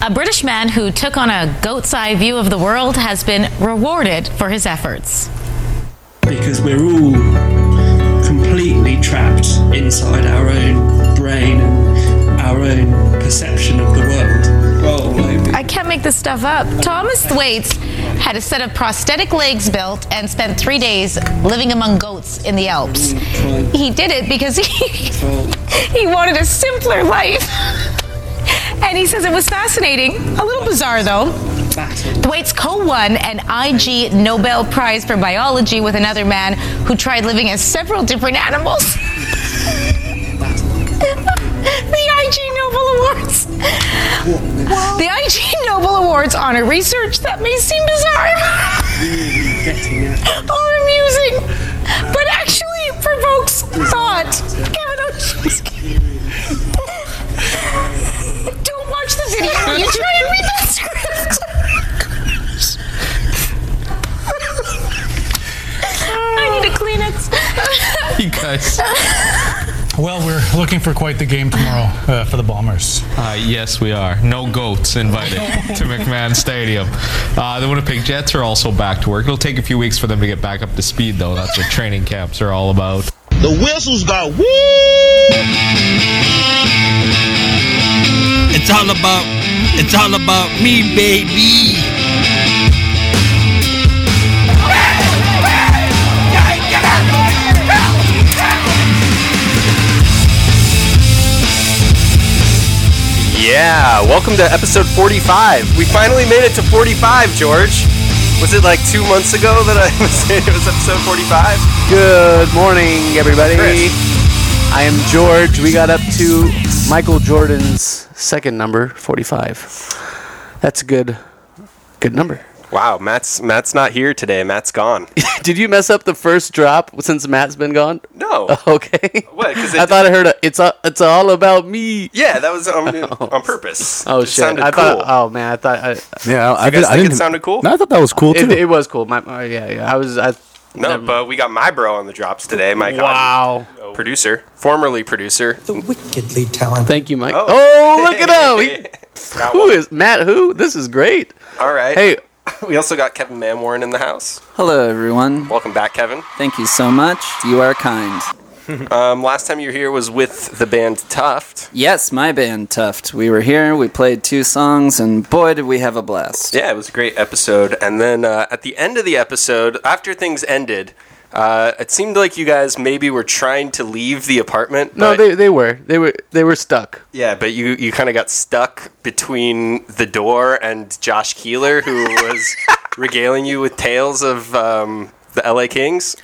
A British man who took on a goat's eye view of the world has been rewarded for his efforts. because we're all completely trapped inside our own brain and our own perception of the world. Well, like, I can't make this stuff up. Thomas Thwaites had a set of prosthetic legs built and spent three days living among goats in the Alps. He did it because he, he wanted a simpler life. And he says it was fascinating, a little bizarre though. Thwaites co won an IG Nobel Prize for Biology with another man who tried living as several different animals. the IG Nobel Awards. The IG Nobel Awards honor research that may seem bizarre or amusing, but actually provokes thought. Kevin Oshesky. Don't watch the video. You try and read the script. I need a Kleenex. You guys. Well, we're looking for quite the game tomorrow uh, for the Bombers. Uh, yes, we are. No goats invited to McMahon Stadium. Uh, the Winnipeg Jets are also back to work. It'll take a few weeks for them to get back up to speed, though. That's what training camps are all about. The whistles go woo. It's all about, it's all about me, baby. Yeah, welcome to episode 45. We finally made it to 45, George. Was it like two months ago that I was saying it was episode 45? Good morning, everybody. Chris. I am George. We got up to Michael Jordan's second number, 45. That's a good, good number. Wow, Matt's Matt's not here today. Matt's gone. Did you mess up the first drop since Matt's been gone? No. Okay. What, 'cause I it- thought I heard a, it's all, it's all about me. Yeah, that was on, on purpose. Oh It shit! sounded I cool. thought. Oh man, I thought I, Yeah, I, I, you guys did, I think it didn't. sounded cool? No, I thought that was cool too. it, it was cool. My, my yeah, yeah. I was. I, no, never- but we got my bro on the drops today, Mike. Hodge, wow. Producer, formerly producer. Wickedly talented. Thank you, Mike. Oh. Oh, look at him. Got He, who one. is Matt? Who? This is great. All right. Hey, we also got Kevin Manwarren in the house. Hello, everyone. Welcome back, Kevin. Thank you so much. You are kind. Um, last time you were here was with the band Tuft. Yes, my band Tuft. We were here. We played two songs, and boy, did we have a blast! Yeah, it was a great episode. And then uh, at the end of the episode, after things ended, uh, it seemed like you guys maybe were trying to leave the apartment. but- no, they, they were they were they were stuck. Yeah, but you, you kind of got stuck between the door and Josh Keeler, who was regaling you with tales of um, the LA Kings.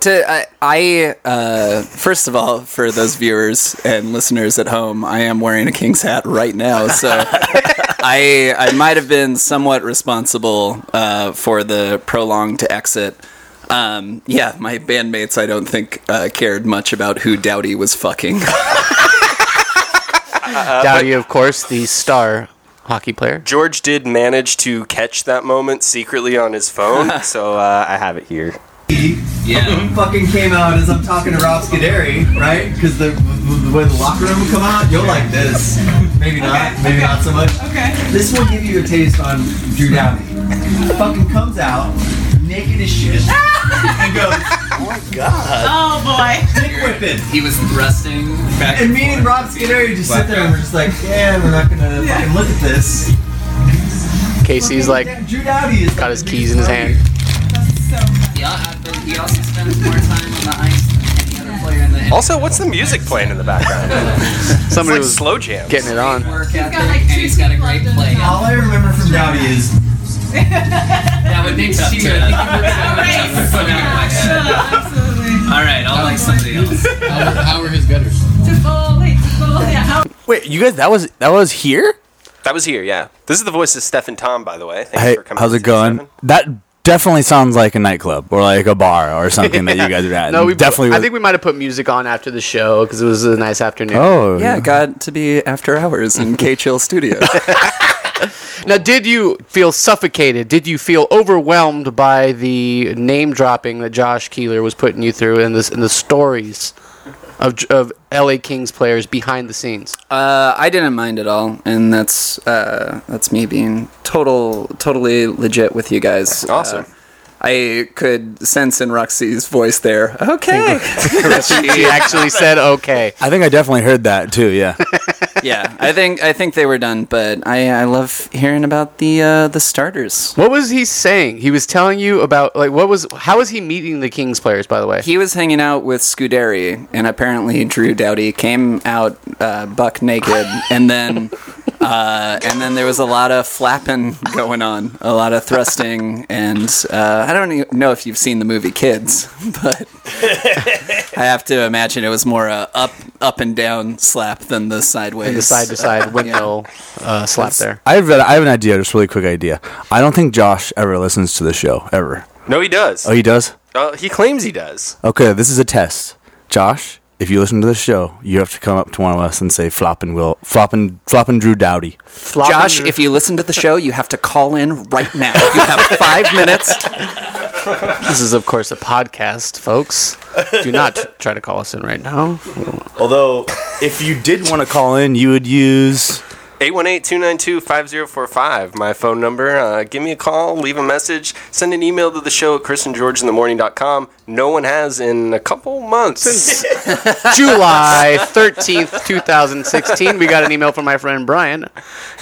To I, I uh, first of all, for those viewers and listeners at home, I am wearing a King's hat right now, so I I might have been somewhat responsible uh, for the prolonged exit. Um, yeah, my bandmates, I don't think uh, cared much about who Dowdy was fucking. Dowdy, of course, the star hockey player. George did manage to catch that moment secretly on his phone, so uh, I have it here. yeah. Fucking came out as I'm talking to Rob Scuderi, right? Because the, the way the locker room would come out, you'll like this. Maybe not. Maybe not so much. Okay. This will give you a taste on Drew Downey. Fucking comes out naked as shit and goes, "Oh my god, Oh boy. dick whipping." He was thrusting back. And me and Rob Scuderi just sit there and we're just like, yeah, we're not gonna fucking look at this. Casey's like Drew Dowdy is got his keys in his hand. Yeah, but he also spends more time on the ice than any other player in the Also, what's the music playing in the background? It's Somebody like was slow jams. getting it on. work ethic, got, like, and two he's got a people great under play. him. All I remember from Dowdy is That would be tough to. Absolutely. All right, I'll like something else. How are his gutters? To bowl, hey, to bowl, yeah. Wait, you guys, that was that was here. That was here, yeah. This is the voice of Steph and Tom, by the way. Thanks Hey, for coming how's to it going? season That definitely sounds like a nightclub or like a bar or something that you guys are at. No, we definitely. I was- think we might have put music on after the show because it was a nice afternoon. oh, Yeah, it got to be after hours in K Chill Studio. Now, did you feel suffocated? Did you feel overwhelmed by the name dropping that Josh Keeler was putting you through and this and the stories of, of LA Kings players behind the scenes? Uh, I didn't mind at all, and that's uh, that's me being total totally legit with you guys. Awesome. Uh, I could sense in Roxy's voice there. Okay. she actually said okay. I think I definitely heard that too. Yeah. yeah, I think I think they were done, but I, I love hearing about the uh, the starters. What was he saying? He was telling you about like what was how was he meeting the Kings players? By the way, He was hanging out with Scuderi, and apparently Drew Doughty came out uh, buck naked, and then uh, and then there was a lot of flapping going on, a lot of thrusting, and uh, I don't e- know if you've seen the movie Kids, but I have to imagine it was more a up up and down slap than the sideways, the side to side windmill uh, slap there. I have, I have an idea, just a really quick idea. I don't think Josh ever listens to the show, ever. No, he does. Oh, he does? Uh, he claims he does. Okay, this is a test. Josh, if you listen to the show, you have to come up to one of us and say floppin' Will, floppin', floppin' Drew Dowdy. Josh, if you listen to the show, you have to call in right now. You have five minutes. This is of course a podcast, folks. Do not try to call us in right now. Although, if you did want to call in, you would use. 818-292-5045 my phone number uh, give me a call leave a message send an email to the show at chrisandgeorgeinthemorning.com no one has in a couple months July 13th, 2016, we got an email from my friend Brian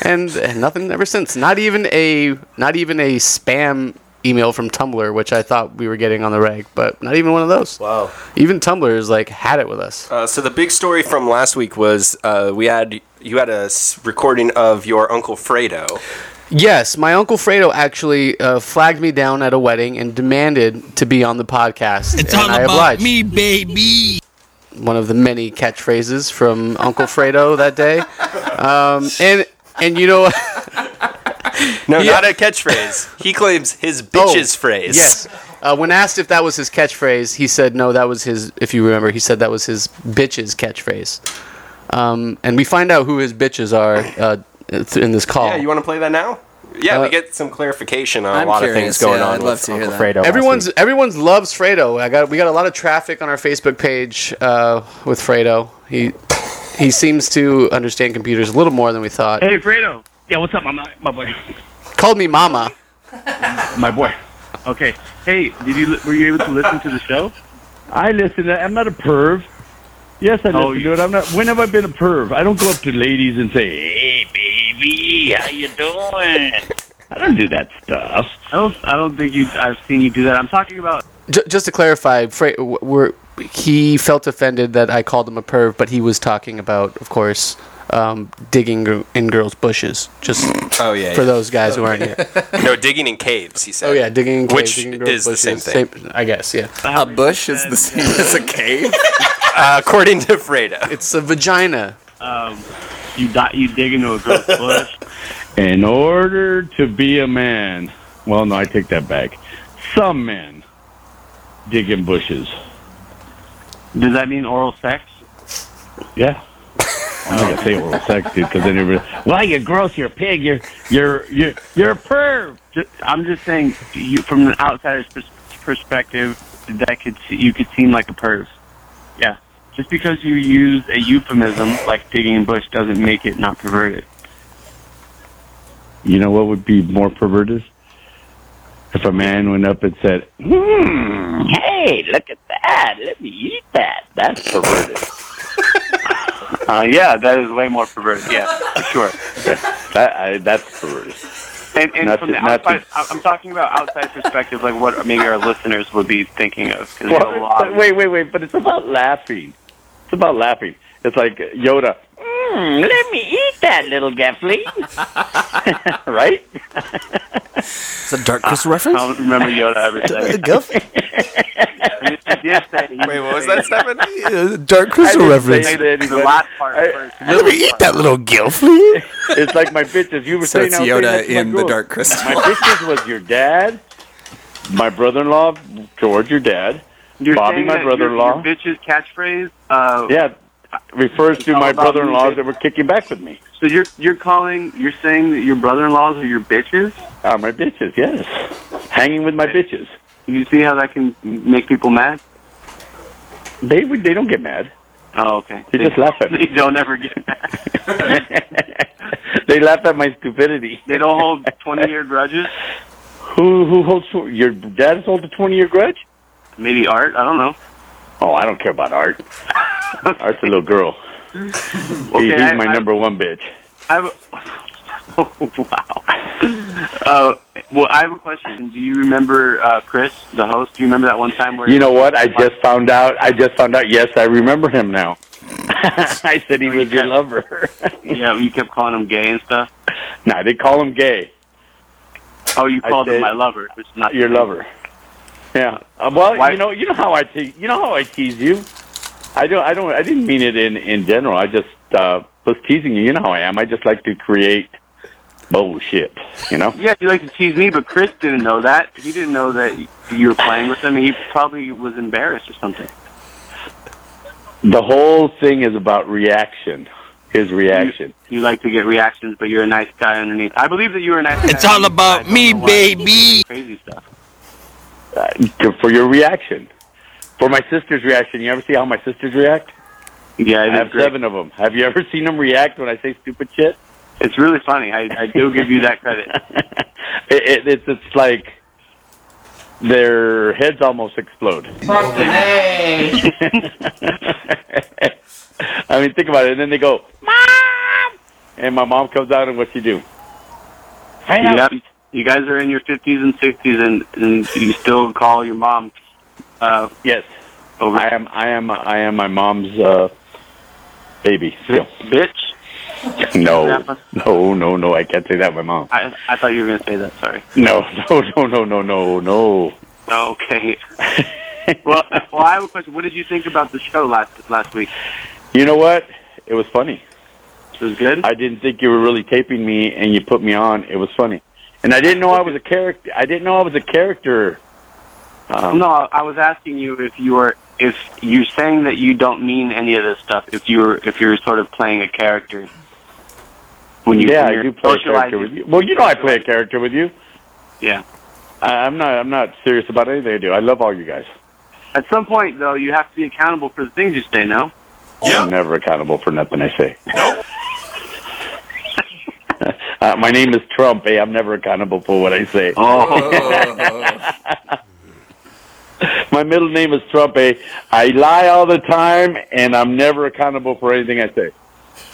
and nothing ever since. Not even a not even a spam email from Tumblr, which I thought we were getting on the reg, but not even one of those. Wow. Even Tumblr is like had it with us. uh, so the big story from last week was uh, we had you had a s- recording of your uncle fredo Yes, my uncle Fredo actually uh, flagged me down at a wedding and demanded to be on the podcast. and I obliged. me, baby. one of the many catchphrases from Uncle Fredo that day. Um, and and you know no Yeah. not a catchphrase he claims his bitches Oh, phrase Yes. Uh, when asked if that was his catchphrase, he said no. That was his. If you remember, he said that was his bitches catchphrase. Um, and we find out who his bitches are uh, th- in this call. yeah you want to play that now yeah we get some clarification on Uh, I'm a lot curious, of things going yeah, on I'd with love to uncle fredo last everyone's everyone's loves Fredo. I got we got a lot of traffic on our Facebook page uh, with Fredo. He he seems to understand computers a little more than we thought. Hey, Fredo. Yeah, what's up, my, my my boy? Called me Mama. My boy. Okay. Hey, did you li- were you able to listen to the show? I listened. I'm not a perv. Yes, I Oh, listen you- to it. I'm not. When have I been a perv? I don't go up to ladies and say, "Hey, baby, how you doing?" I don't do that stuff. I don't. I don't think you. I've seen you do that. I'm talking about. J- just to clarify, Fre- w- we're, he felt offended that I called him a perv, but he was talking about, of course, um, digging gr- in girls' bushes. Just Oh, yeah, for yeah. those guys who aren't here. week no digging in caves he said Oh yeah, digging in caves, which digging in girls' is the same bushes. thing I guess, yeah. A bush is the same as a cave. uh, according to fredo it's a vagina Um, you di- you dig into a girl's bush. In order to be a man, well, no, I take that back. Some men dig in bushes. Does that mean oral sex? Yeah. I'm not gonna say oral sex, dude, because then you're well, you gross, you're a pig, you're you're you're you're a perv. Ju- I'm just saying, you, from an outsider's pers- perspective, that could se- you could seem like a perv. Yeah. Just because you use a euphemism like digging in bush doesn't make it not perverted. You know what would be more perverted? If a man went up and said, Hmm. Hey, look at that. Ah, Let me eat that. That's perverted. uh, yeah, that is way more perverted. Yeah, for sure. that, I, that's perverted. And, and Not from to- the not to- outside, I- I'm talking about outside perspective, like what maybe our listeners would be thinking of. 'cause there's a Well, lot but of- wait, wait, wait! But it's about laughing. It's about laughing. It's like Yoda, Mm, let me eat that little gaffling. right? It's a Dark Crystal reference? Uh, I don't remember Yoda ever saying. Wait, what was that, Stefan? Dark Crystal reference. The last part first. Let me eat that little gilf, please. It's like my bitches. You were So saying it's I was Yoda saying that to my in the girls. Dark Crystal. My bitches was your dad, my brother-in-law George, your dad, You're Bobby, saying my that your- brother-in-law. Your, bitch's catchphrase. Uh, yeah, refers It's to all my about music. brother-in-laws that were kicking back with me. So you're you're calling you're saying that your brother-in-laws are your bitches? Are my bitches? Yes, hanging with my bitches. You see how that can make people mad? They would. They don't get mad. Oh, okay. They just laugh at me. They don't ever get that. They laughed at my stupidity. they don't hold 20 year grudges. Who who holds your dad's holds a twenty year grudge? Maybe art. I don't know. Oh, I don't care about art. Art's a little girl. He- Okay, he's I- my I- number one bitch. I have a- wow. Uh, well, I have a question. Do you remember uh, Chris, the host? Do you remember that one time where You know what? I just found out. I just found out. Yes, I remember him now. I said he was your lover. yeah, you kept calling him gay and stuff. Nah, they call him gay. Oh, you I called him said- my lover. It's not Your lover. Yeah. Uh, well, Why- you know, you know how I te- you know how I tease you. I don't. I don't. I didn't mean it in in general. I just uh, was teasing you. You know how I am. I just like to create bullshit. You know. Yeah, you like to tease me, but Chris didn't know that. He didn't know that you were playing with him. He probably was embarrassed or something. The whole thing is about reaction. His reaction. You like to get reactions, but you're a nice guy underneath. I believe that you were a nice. It's guy all about underneath. I me, don't know why. baby. Crazy stuff. Uh, to- for your reaction. For my sister's reaction. You ever see how my sisters react? Yeah, I it is have great. seven of them. Have you ever seen them react when I say stupid shit? It's really funny. I, I do give you that credit. It, it, it's it's like their heads almost explode. I mean, think about it. And then they go, "Mom!" And my mom comes out, and what she do? Hang you, got- you guys are in your 50s and 60s, and, and you still call your mom. Uh, yes. I am. I am. I am my mom's uh, baby. Still. Bitch. No. No. No. No. I can't say that. My mom. I, I thought you were going to say that. Sorry. No. No. No. No. No. No. No. Okay. well, well, I have a question. What did you think about the show last last week? You know what? It was funny. It was good. I didn't think you were really taping me, and you put me on. It was funny, and I didn't know I was a character. I didn't know I was a character. Um, no, I was asking you if you were if you're saying that you don't mean any of this stuff. If you're if you're sort of playing a character. When you- yeah, when I you're do play a character socializing. with you. Well, you know I play a character with you. Yeah. I, I'm not. I'm not serious about anything I do. I love all you guys. At some point, though, you have to be accountable for the things you say. No. I'm never accountable for nothing I say. uh, my name is Trump. Eh? I'm never accountable for what I say. Oh. Oh. my middle name is Trump. Eh? I lie all the time, and I'm never accountable for anything I say.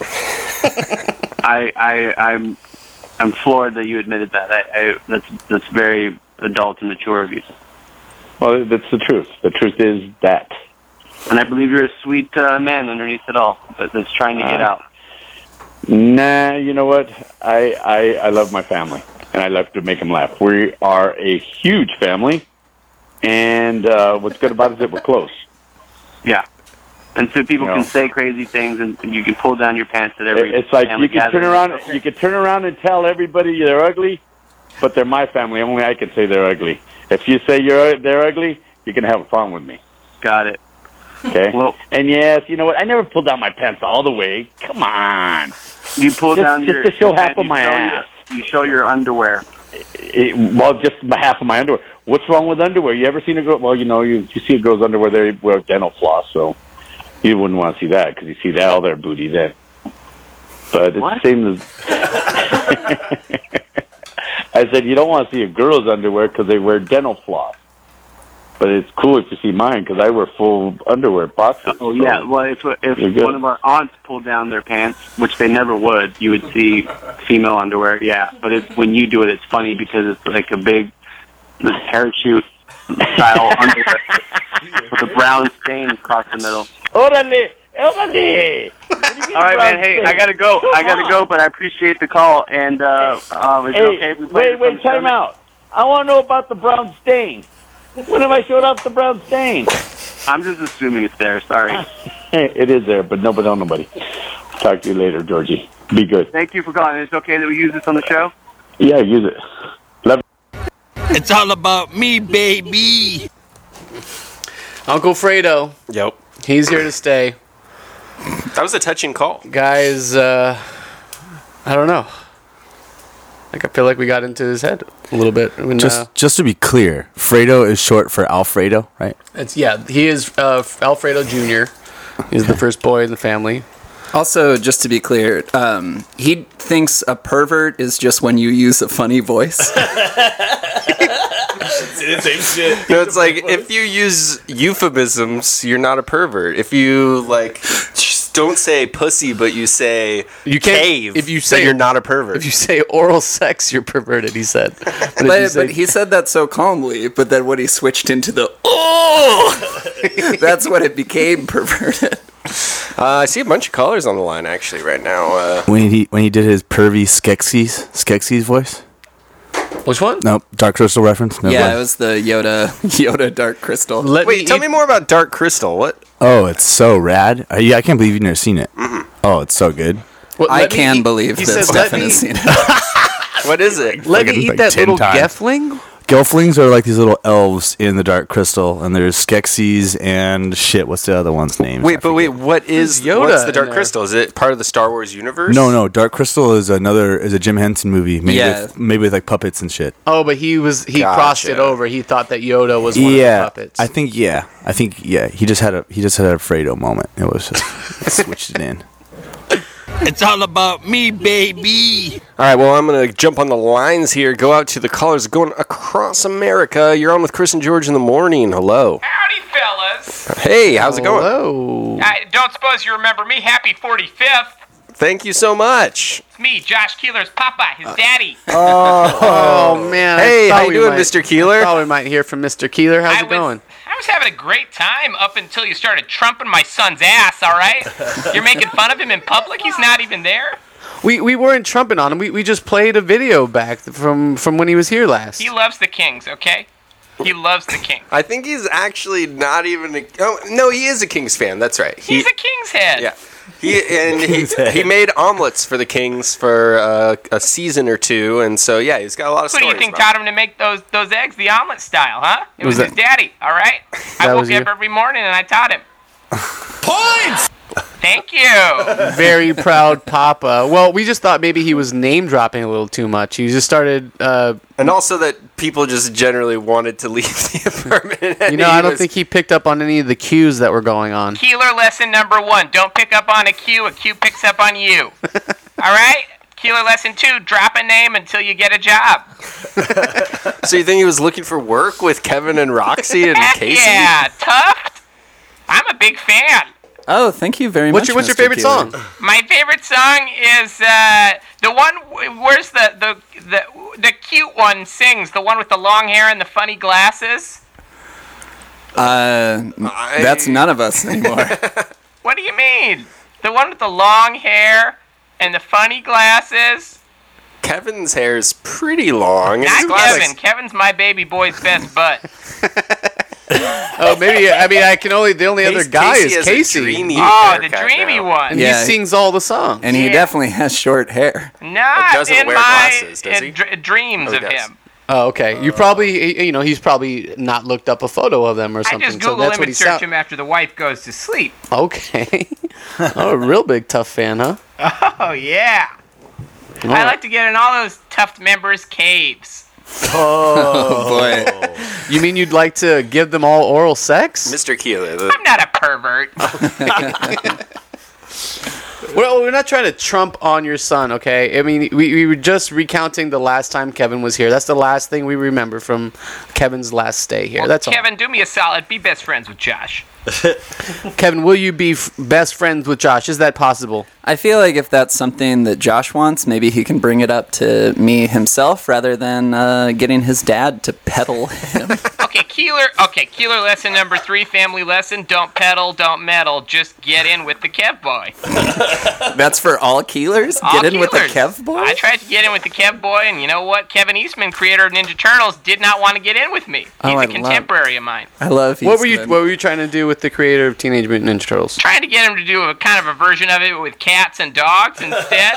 I, I I'm I'm floored that you admitted that. I, I that's that's very adult and mature of you. Well, that's the truth. The truth is that. And I believe you're a sweet uh, man underneath it all, but that's trying to get Uh, out. Nah, you know what? I, I I love my family, and I love to make them laugh. We are a huge family, and uh, what's good about it is that we're close. Yeah. And so people No. can say crazy things, and you can pull down your pants at every. It's like family you can turn gathering. around, you can turn around and tell everybody they're ugly, but they're my family. Only I can say they're ugly. If you say you're they're ugly, you can have a problem with me. Got it. Okay. Well, and yes, you know what? I never pulled down my pants all the way. Come on. You pull Just- down just your to show your half pants, of you my show ass. Your, you show your underwear. It, well, just my- half of my underwear. What's wrong with underwear? You ever seen a girl? Well, you know, you, you see a girl's underwear. They wear dental floss, so you wouldn't want to see that because you see that all their booty then. But it's the same as. I said you don't want to see a girl's underwear because they wear dental floss. But it's cool if you see mine because I wear full underwear boxes. Oh yeah. Well, if You're if good. one of our aunts pulled down their pants, which they never would, you would see female underwear. Yeah, but it's when you do it, it's funny because it's like a big parachute style underwear with a brown stain across the middle. Orale, orale. All right, man. Hey, I gotta go. I gotta go, but I appreciate the call. And uh, um, is Hey, it okay if we wait, play this wait, on the time show? out. I want to know about the brown stain. When have I showed up the brown stain? I'm just assuming it's there. Sorry. it is there, but nobody, don't nobody. Talk to you later, Georgie. Be good. Thank you for calling. Is it okay that we use this on the show? Yeah, use it. Love. It's all about me, baby. Uncle Fredo. Yep. He's here to stay. That was a touching call. Guys, uh, I don't know. Like I feel like we got into his head a little bit. When, uh, Just just to be clear, Fredo is short for Alfredo, right? it's yeah, he is uh, Alfredo Jr. He's the first boy in the family. Also, just to be clear, um, he thinks a pervert is just when you use a funny voice. Say the same shit. No, it's like if you use euphemisms, you're not a pervert. If you like just don't say pussy, but you say You can't. cave, if you then say you're not a pervert. if you say oral sex, you're perverted. He said. But, if you but, say- but he said that so calmly, but then when he switched into the oh, that's when it became perverted. Uh, I see a bunch of callers on the line actually right now. Uh, When he when he did his pervy Skeksis Skeksis voice. Which one? No, Dark Crystal reference. No yeah, way. it was the Yoda Yoda Dark Crystal. Wait, tell me more about Dark Crystal. What? Oh, it's so rad. Uh, yeah, I can't believe you've never seen it. Oh, it's so good. I can believe he that said, "Let Stefan me- has seen it. What is it? Let me Like, eat like that 10 little times. Gefling. Gelflings are like these little elves in the Dark Crystal, and there's Skeksis and shit. What's the other one's name? Wait, but wait, what is Yoda What's the in Dark there? Crystal? Is it part of the Star Wars universe? No, no, Dark Crystal is another is a Jim Henson movie. Maybe Yeah. with, maybe with like puppets and shit. Oh, but he was he crossed it over. He thought that Yoda was one yeah, of the puppets. I think yeah, I think yeah. He just had a he just had a Fredo moment. It was just switched it in. It's all about me, baby. All right, well, I'm going to jump on the lines here, go out to the callers going across America. You're on with Chris and George in the morning. Hello. Howdy, fellas. Hey, how's it going? Hello. I don't suppose you remember me. Happy 45th. Thank you so much. It's me, Josh Keeler's papa, Uh, his daddy. Oh, man! I Hey, thought how you we doing, might- Mr. Keeler? I thought we might hear from Mr. Keeler. How's I it going? I was having a great time up until you started trumping my son's ass, all right? You're making fun of him in public? He's not even there? We we weren't trumping on him. We, we just played a video back from from when he was here last. He loves the Kings, okay? He loves the Kings. I think he's actually not even a. Oh, no, he is a Kings fan. That's right. He, He's a King's head. Yeah. He and he, he made omelets for the Kings for uh, a season or two, and so yeah, he's got a lot of Who do stories. you think about taught him to make those those eggs the omelet style, huh? It was, Was his daddy, all right? I That woke was up you? every morning and I taught him. Points! Thank you. Very proud papa. Well, we just thought maybe he was name dropping a little too much. He just started. Uh, and also that people just generally wanted to leave the apartment. you know, I don't think he picked up on any of the cues that were going on. Keeler lesson number one don't pick up on a cue, a cue picks up on you. All right? Keeler lesson two drop a name until you get a job. so you think he was looking for work with Kevin and Roxy and Heck Casey? yeah, Tuft. I'm a big fan. Oh, thank you very What's much. your- what's your Mr. favorite Keeler. song? My favorite song is uh, the one w- where's the, the the the cute one sings the one with the long hair and the funny glasses. Uh, that's none of us anymore. What do you mean? The one with the long hair and the funny glasses. Kevin's hair is pretty long. It's Not classic. Kevin. Kevin's my baby boy's best butt. Oh, maybe I mean I can only the only other guy Casey is has a Casey. dreamy Oh, the haircut dreamy now. one. And Yeah. he sings all the songs. and he definitely has short hair. Not doesn't in wear my glasses, does uh, he? dr- dreams Oh, he of does. him. Oh, okay. Uh, You probably you know he's probably not looked up a photo of them or I something. just Google so that's what he image search sounds. him after the wife goes to sleep. Okay. oh, a real big tough fan, huh? Oh yeah. I like to get in all those Tuft members' caves. Oh, boy. You mean you'd like to give them all oral sex? Mr. Keeler. I'm not a pervert. Well, we're not trying to trump on your son, okay? I mean, we, we were just recounting the last time Kevin was here. That's the last thing we remember from Kevin's last stay here. That's all. Kevin, do me a solid. Be best friends with Josh. Kevin, will you be f- best friends with Josh? Is that possible? I feel like if that's something that Josh wants, maybe he can bring it up to me himself rather than uh, getting his dad to peddle him. Okay, Keeler. Okay, Keeler. Lesson number three. Family lesson. Don't pedal. Don't meddle. Just get in with the Kev boy. that's for all Keelers? All Get in with the Keelers. Kev boy? I tried to get in with the Kev boy, and you know what? Kevin Eastman, creator of Ninja Turtles, did not want to get in with me. He's Oh, I a love- contemporary of mine. I love. What were you Eastman. What were you trying to do with the creator of Teenage Mutant Ninja Turtles? Trying to get him to do a kind of a version of it with cats and dogs instead.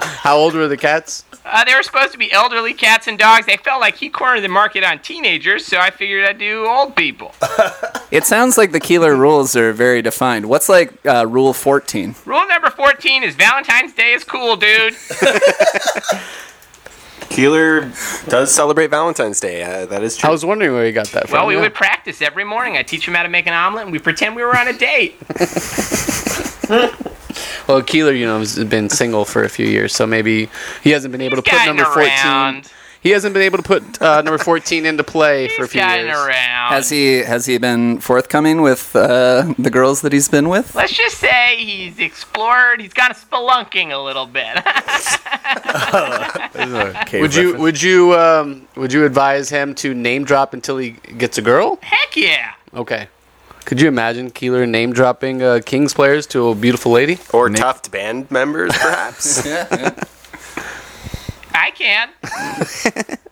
How old were the cats? Uh, they were supposed to be elderly cats and dogs. They felt like he cornered the market on teenagers, so I figured I'd do old people. It sounds like the Keeler rules are very defined. What's like uh, rule 14? Rule number 14 is Valentine's Day is cool, dude. Keeler does celebrate Valentine's Day. Uh, that is true. I was wondering where he got that well, we would practice every morning. I teach him how to make an omelet, and we pretend we were on a date. Well, Keeler, you know, has been single for a few years, so maybe he hasn't been able to put gotten number around. fourteen. He hasn't been able to put uh, number fourteen into play for a few gotten years. around. Has he has he been forthcoming with uh, the girls that he's been with? Let's just say he's explored. He's gone spelunking a little bit. would you would you um, would you advise him to name drop until he gets a girl? Heck yeah. Okay. Could you imagine Keeler name dropping uh, Kings players to a beautiful lady or Tuft band members, perhaps? I can.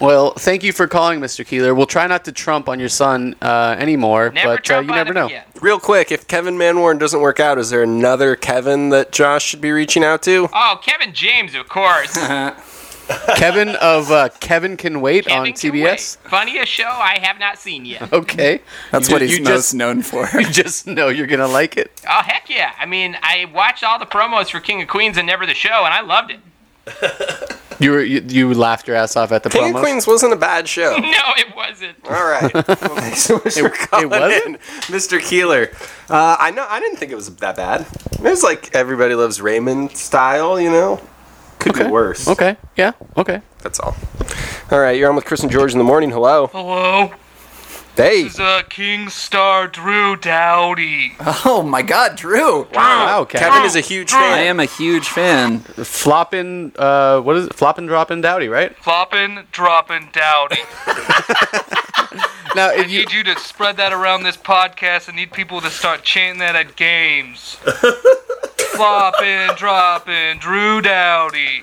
Well, thank you for calling, Mr. Keeler. We'll try not to trump on your son uh, anymore, but uh, you never know. Real quick, if Kevin Manwarn doesn't work out, is there another Kevin that Josh should be reaching out to? Oh, Kevin James, of course. Kevin of uh, Kevin Can Wait on TBS. Funniest show I have not seen yet. Okay. That's You what ju- he's you most just- known for. You just know you're going to like it. Oh heck yeah! I mean, I watched all the promos for King of Queens and never the show, and I loved it. You, were, you, you laughed your ass off at the King promos. of Queens wasn't a bad show. no, it wasn't. All right. Well, thanks so much It- for it calling wasn't? in, Mr. Keeler. Uh, I know. I didn't think it was that bad. It was like everybody loves Raymond style, you know. Could be worse. Okay. Yeah. Okay. That's all. All right. You're on with Chris and George in the morning. Hello. Hello. Hey. This is uh, King Star Drew Dowdy. Oh my God, Drew! Oh, Wow, Kevin. Kevin is a huge fan. I am a huge fan. Flopping, uh, what is it? Flopping, dropping, dowdy, right? Flopping, dropping, dowdy. now, I if need you to spread that around this podcast. I need people to start chanting that at games. Flopping, dropping, Drew Dowdy.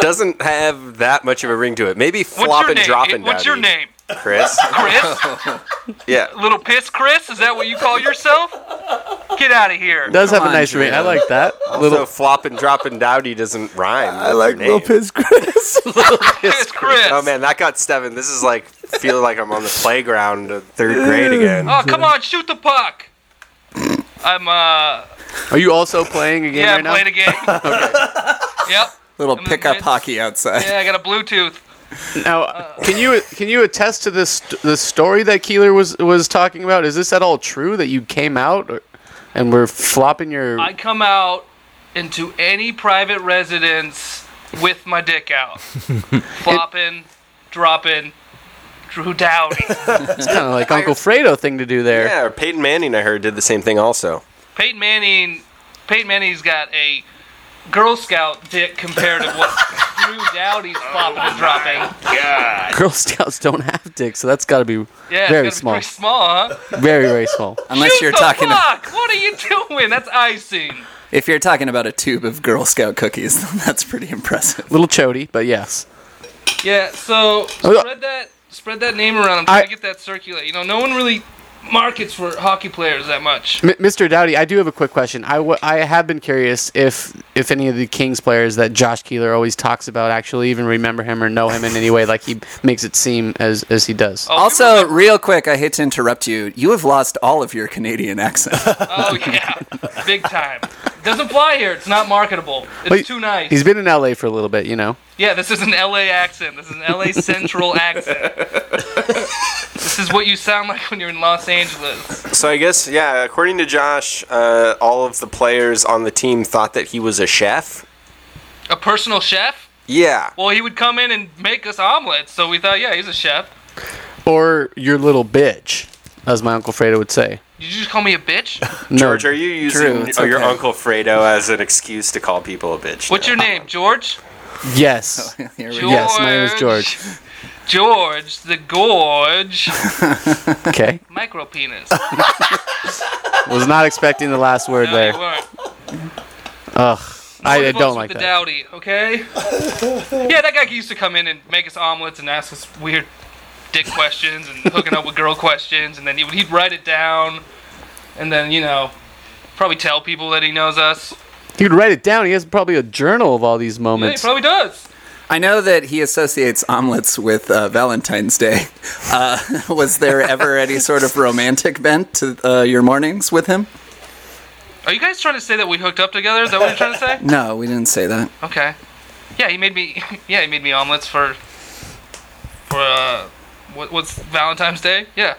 Doesn't have that much of a ring to it. Maybe What's flop your and name? drop Eh, and What's your dowdy. name? Chris. Chris? yeah. Little piss Chris? Is that what you call yourself? Get out of here. Does have a nice ring. I like that. Also, little flop and drop and dowdy doesn't rhyme. I like Lil Piss Chris. Lil Piss Chris. Oh man, that got seven. This is like feeling like I'm on the playground, of third grade again. Oh, come on, shoot the puck. I'm, uh, Are you also playing a game yeah, right I'm playing a now? game. Yep. Little pickup hockey outside. Yeah, I got a Bluetooth. Now, can you can you attest to this the story that Keeler was was talking about? Is this at all true that you came out or, and were flopping your? I come out into any private residence with my dick out, flopping, dropping, Drew Dowdy. It's kind of like Uncle Fredo thing to do there. Yeah, or Peyton Manning, I heard, did the same thing also. Peyton Manning, Peyton Manning's got a Girl Scout dick compared to what Drew Dowdy's flopping and dropping. Yeah, Girl Scouts don't have dicks, so that's got to be yeah, very it's small. gotta be pretty small, huh? very very small. Unless you're the talking, fuck? What are you doing? That's icing. if you're talking about a tube of Girl Scout cookies, then that's pretty impressive. Little chody, but yes. Yeah, so Oh, yeah. spread that spread that name around. I'm trying I- to get that circulate. You know, no one really markets for hockey players that much. M- Mr. Dowdy, I do have a quick question. I, w- I have been curious if if any of the Kings players that Josh Keeler always talks about actually even remember him or know him in any way, like he makes it seem as as he does. also, real quick, I hate to interrupt you. You have lost all of your Canadian accent. Oh yeah, big time. Doesn't fly here. It's not marketable. It's But too nice. He's been in LA for a little bit, you know. yeah, this is an LA accent. This is an LA Central accent. this is what you sound like when you're in Los Angeles. So I guess, yeah, according to Josh, uh, all of the players on the team thought that he was a chef. A personal chef? Yeah. Well, he would come in and make us omelets, so we thought, yeah, he's a chef. Or your little bitch, as my uncle Fredo would say. Did you just call me a bitch? No, George, are you Drew, using it's oh, your okay. Uncle Fredo as an excuse to call people a bitch? What's your name, George? Oh, Yes. Yes, my name is George. George the Gorge. Okay. Micro penis. Was not expecting the last word No, there. you weren't. Ugh. I, I Both of us don't with like the that. Dowdy, okay? yeah, that guy used to come in and make us omelets and ask us weird dick questions and hooking up with girl questions, and then he would, he'd write it down, and then you know, probably tell people that he knows us. He would write it down. He has probably a journal of all these Yeah, he moments. probably does. I know that he associates omelets with uh, Valentine's Day. Uh, was there ever any sort of romantic bent to uh, your mornings with him? Are you guys trying to say that we hooked up together? Is that what you're trying to say? No, we didn't say that. Okay. Yeah, he made me. Yeah, he made me omelets for. For uh, what, what's Valentine's Day? Yeah.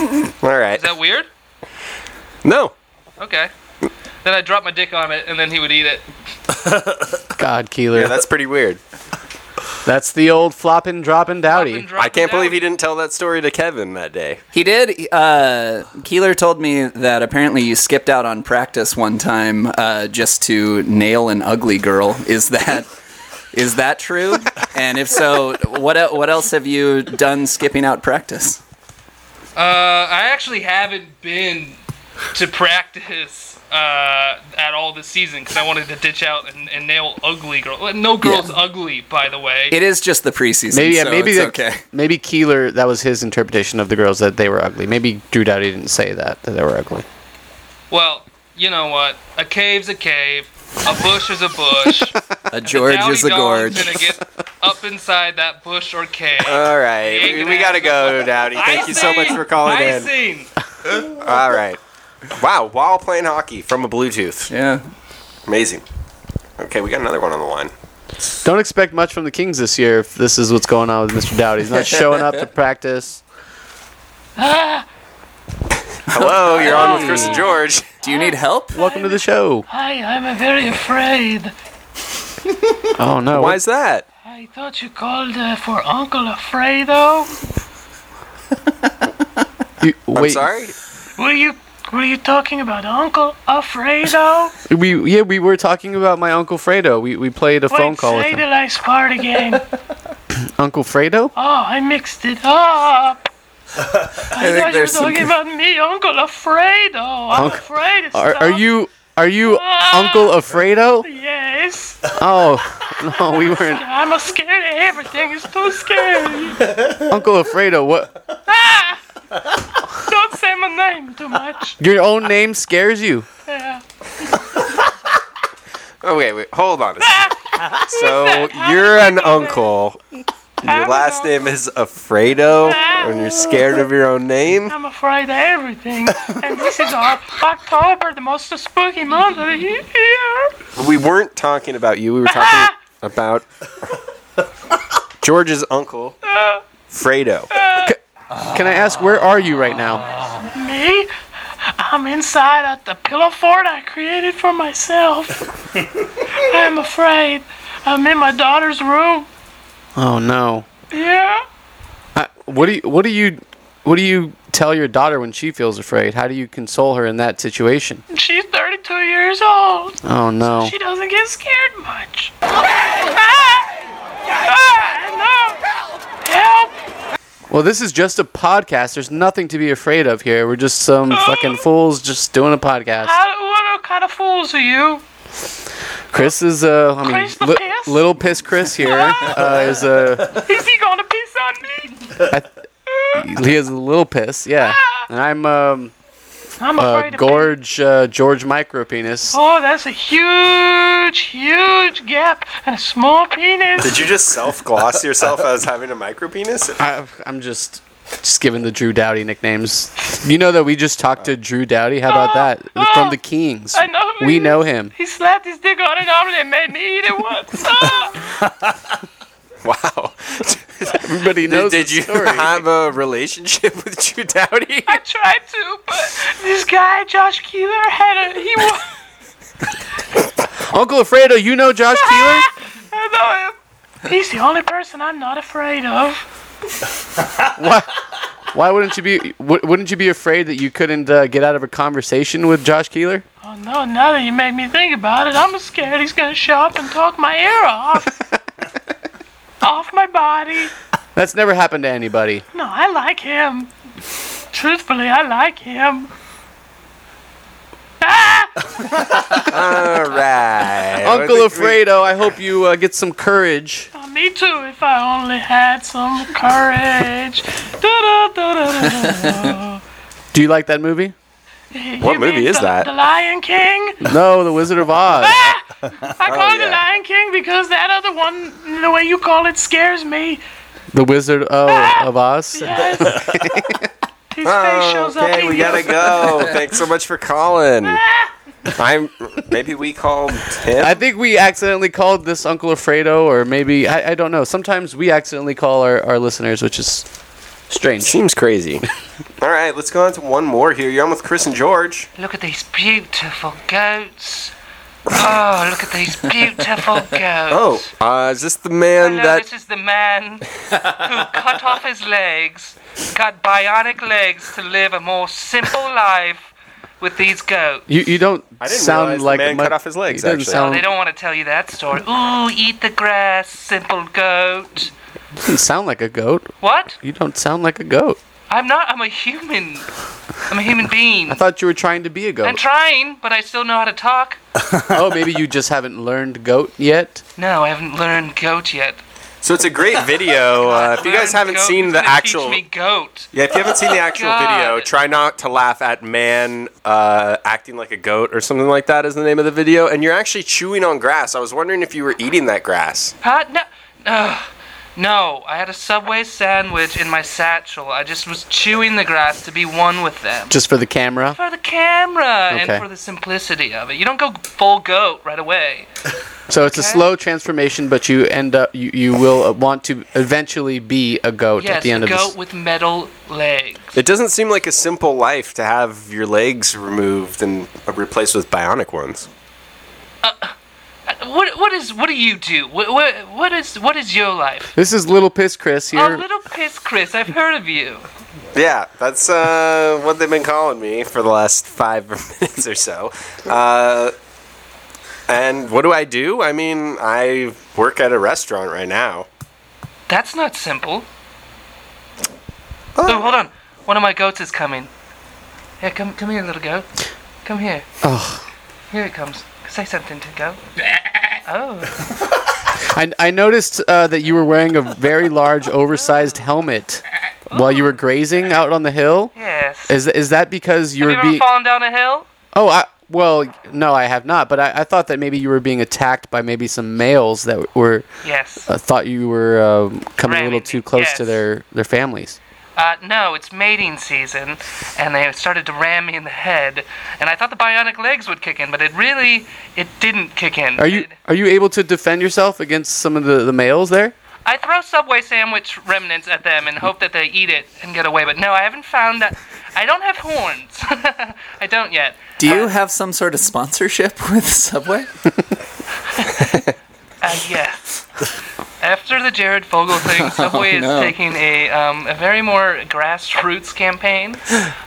All right. Is that weird? No. Okay. Then I drop my dick on it, and then he would eat it. God, Keeler. Yeah, that's pretty weird. That's the old flopping, dropping, dowdy. I can't believe he didn't tell that story to Kevin that day. He did. Uh, Keeler told me that apparently you skipped out on practice one time uh, just to nail an ugly girl. Is that is that true? And if so, what el- what else have you done skipping out practice? Uh, I actually haven't been to practice uh, at all this season because I wanted to ditch out and, and nail ugly girl. No girl's ugly, by the way. It is just the preseason. Maybe, yeah, so maybe, it's the- okay. maybe Keeler. That was his interpretation of the girls that they were ugly. Maybe Drew Dowdy didn't say that that they were ugly. Well, you know what? A cave's a cave. A bush is a bush. A George is a Dog's gorge. Uh, gonna get up inside that bush or cave. All right, we, we gotta go, Dowdy. Thank you so much for calling in. Icing. All right. Wow, while playing hockey from a Bluetooth. Yeah. Amazing. Okay, we got another one on the line. Don't expect much from the Kings this year if this is what's going on with Mr. Dowdy. He's not showing up to practice. Ah, Hello, you're on with Chris and George. Oh. Do you need help? Welcome to the show. hi, I'm very afraid. Oh no. Why is that? I thought you called uh, for Uncle Afredo. You, wait. I'm sorry. Were you were you talking about Uncle Afredo? We yeah we were talking about my uncle Fredo. We we played a phone Wait, call with say him. the last part again. Uncle Fredo. Oh, I mixed it up. I, think thought you were there's some talking conf- about me, Uncle Afredo. I'm Uncle- afraid it's Are, are you are you Uncle Afredo? Yes. Oh no, we weren't. I'm scared of everything. It's too scary. Uncle Afredo, what? Ah! Don't say my name too much. Uh, Your own name scares you. Yeah. Okay, wait, hold on. A second. so you're an uncle. Your last name is Afredo, and you're scared of your own name. I'm afraid of everything. And this is our October, the most spooky month of the year. We weren't talking about you. We were talking about George's uncle, Fredo. Can I ask where are you right now? Me? I'm inside at the pillow fort I created for myself. I'm afraid. I'm in my daughter's room. Oh no. Yeah. I, what do you what do you what do you tell your daughter when she feels afraid? How do you console her in that situation? She's 32 years old. Oh no. She doesn't get scared much. Ah! Ah, no! Help! Well, this is just a podcast. There's nothing to be afraid of here. We're just some fucking fools just doing a podcast. How, what kind of fools are you? Chris is uh, I mean, Chris the li- piss? little piss Chris here uh, is uh, Is he gonna piss on me? I th- he is a little piss, yeah. And I'm um, I'm uh, afraid of Gorge uh, George Micropenis. Oh, that's a huge, huge gap and a small penis. Did you just self gloss yourself as having a micro penis? I, I'm just just giving the Drew Dowdy nicknames. You know that we just talked to Drew Dowdy. How about that? From the Kings. Oh, I know him. We know him. He slapped his dick on an omelet and made me eat it once. Ah! Wow. Everybody knows Did, did the you story. have a relationship with Drew Dowdy? I tried to, but this guy, Josh Keeler, had a. He was. Uncle Alfredo, you know Josh Keeler? I know him. He's the only person I'm not afraid of. Why, why wouldn't you be? W- wouldn't you be afraid that you couldn't uh, get out of a conversation with Josh Keeler? Oh no, now that you make me think about it, I'm scared he's gonna show up and talk my ear off. off my body. That's never happened to anybody. No, I like him. Truthfully, I like him. Ah! All right. Uncle I think we- Alfredo, I hope you uh, get some courage. Oh, me too, if I only had some courage. Da-da-da-da-da-da. Do you like that movie? You movie mean is the, that? The Lion King? No, The Wizard of Oz. I Oh, call it The Lion King because that other one, the way you call it, scares me. The Wizard oh, of, of Oz. His face Oh, shows up. okay, we gotta go. Thanks so much for calling. I'm. Maybe we called him. I think we accidentally called this Uncle Alfredo, or maybe I, I don't know. Sometimes we accidentally call our, our listeners, which is Strange. Seems crazy. All right, let's go on to one more here. You're on with Chris and George. Look at these beautiful goats. Oh, look at these beautiful goats. Oh, uh, is this the man Hello, that? this is the man who cut off his legs, got bionic legs to live a more simple life with these goats. You you don't I didn't realize sound the like man mu- cut off his you don't So they sound don't want to tell you that story. Ooh, eat the grass, simple goat. you don't sound like a goat. What? You don't sound like a goat. I'm not. I'm a human. I'm a human being. I thought you were trying to be a I'm goat. trying, but I still know how to talk. oh, maybe you just haven't learned goat yet. No, I haven't learned goat yet. So it's a great video. Uh, if you guys haven't seen the actual, Teach me Oh, goat. yeah, if you haven't seen the actual video, try not to laugh at man uh, acting like a goat or something like that is the name of the video. And you're actually chewing on grass. I was wondering if you were eating that grass. Huh? No. Ugh. no, I had a Subway sandwich in my satchel. I just was chewing the grass to be one with them. Just for the camera. For the camera Okay. Uh, and for the simplicity of it. You don't go full goat right away. So it's a slow transformation, but you end up you, you will uh, want to eventually be a goat yes, at the end a of goat this. with metal legs. It doesn't seem like a simple life to have your legs removed and replaced with bionic ones. Uh, What what is what do you do? What what, what is what is your life? This is little piss, Chris. Oh, Here, little piss, Chris. I've heard of you. Yeah, that's uh, what they've been calling me for the last five minutes or so. Uh, and what do I do? I mean, I work at a restaurant right now. That's not simple. Oh. hold on. One of my goats is coming. Here, come come here, little goat. Come here. oh, Here it comes. Say something to go. Oh. I, I noticed uh, that you were wearing a very large, oversized helmet while you were grazing out on the hill. Yes. Is is that because Have you you were ever being? fallen down a hill? Oh, I well, no, I have not. But I, I thought that maybe you were being attacked by maybe some males that were Yes. uh, thought you were um, coming a little too close to yes. their their families. Uh, no, it's mating season, and they started to ram me in the head, and I thought the bionic legs would kick in, but it really, it didn't kick in. Are you are you able to defend yourself against some of the, the males there? I throw Subway sandwich remnants at them and hope that they eat it and get away, but no, I haven't found that. I don't have horns. I don't yet. Do you have some sort of sponsorship with Subway? Uh, yes. After the Jared Fogle thing, Subway Oh, no. is taking a, um, a very more grassroots campaign.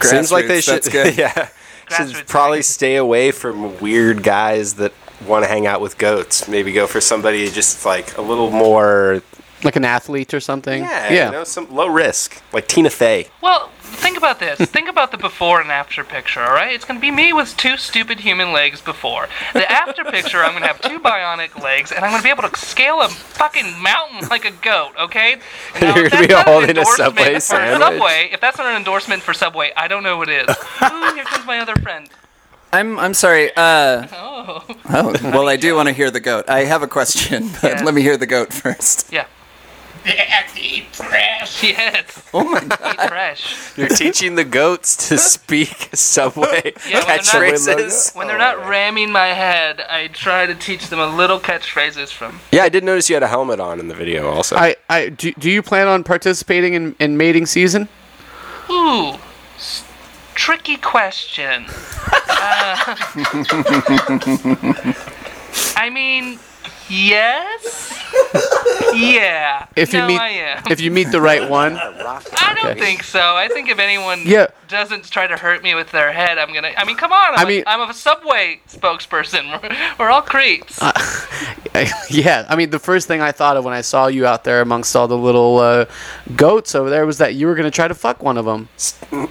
Seems like they Grassroots, should. that's good. yeah, should probably stay away from weird guys that want to hang out with goats. Maybe go for somebody just like a little more. Like an athlete or something? Yeah, Yeah. You know, some low risk, like Tina Fey. Well, think about this. think about the before and after picture, all right? It's going to be me with two stupid human legs before. The after picture, I'm going to have two bionic legs, and I'm going to be able to scale a fucking mountain like a goat, okay? Now, You're if that's gonna be not an holding a endorsement Subway for sandwich. Subway, if that's not an endorsement for Subway, I don't know what is. Ooh, here comes my other friend. I'm I'm sorry. Uh, Oh. oh, well, I do want to hear the goat. I have a question, but let me hear the goat first. Yeah. Eat fresh. Yes. Oh my Eat fresh. You're teaching the goats to speak Subway Yeah, when they're not, catchphrases. Oh, when they're not ramming my head, I try to teach them a little catchphrases from. Yeah, I did notice you had a helmet on in the video also. I, I do, do you plan on participating in, in mating season? Ooh, s- tricky question. uh, I mean, yes. Yeah. If you no, meet I am. if you meet the right one. I don't think so. I think if anyone Yeah. doesn't try to hurt me with their head, I'm gonna. I mean, come on. I'm, I a- mean- I'm a subway spokesperson. We're, we're all creeps. Uh, yeah, I mean the first thing I thought of when I saw you out there amongst all the little uh, goats over there was that you were going to try to fuck one of them.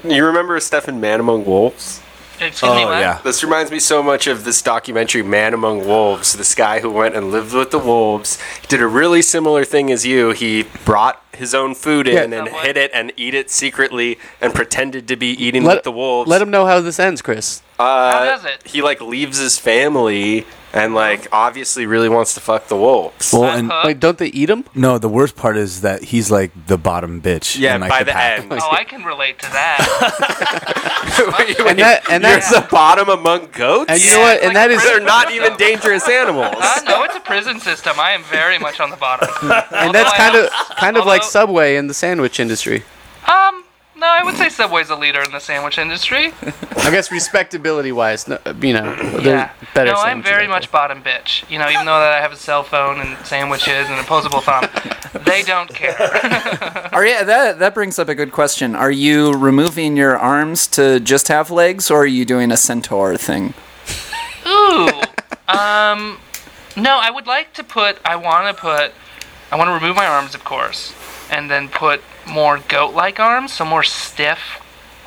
You remember Stefan Man Among Wolves? Excuse Oh, me, what? This reminds me so much of this documentary, Man Among Wolves. This guy who went and lived with the wolves He did a really similar thing as you. He brought his own food in Yeah. and hid it and eat it secretly and pretended to be eating with the wolves. Let them know how this ends, Chris. Uh, He like leaves his family and like obviously really wants to fuck the wolves. Well, and Wait, don't they eat him? No, the worst part is that he's like the bottom bitch. Yeah, in, like, by the pack. end. Oh, I can relate to that. Wait, wait, you're the bottom among goats. And you know what? And that is- they're not even dangerous animals. Uh, no, it's a prison system. I am very much on the bottom. and that's kind of kind of like Subway in the sandwich industry. Um, no, I would say Subway's a leader in the sandwich industry. I guess respectability wise, no, you know, there's better. no, I'm sandwiches very much bottom bitch. You know, even though that I have a cell phone and sandwiches and opposable thumb, they don't care. Are you, that that brings up a good question. Are you removing your arms to just have legs, or are you doing a centaur thing? Ooh. Um. No, I would like to put. I want to put. I want to remove my arms, of course, and then put more goat-like arms, so more stiff.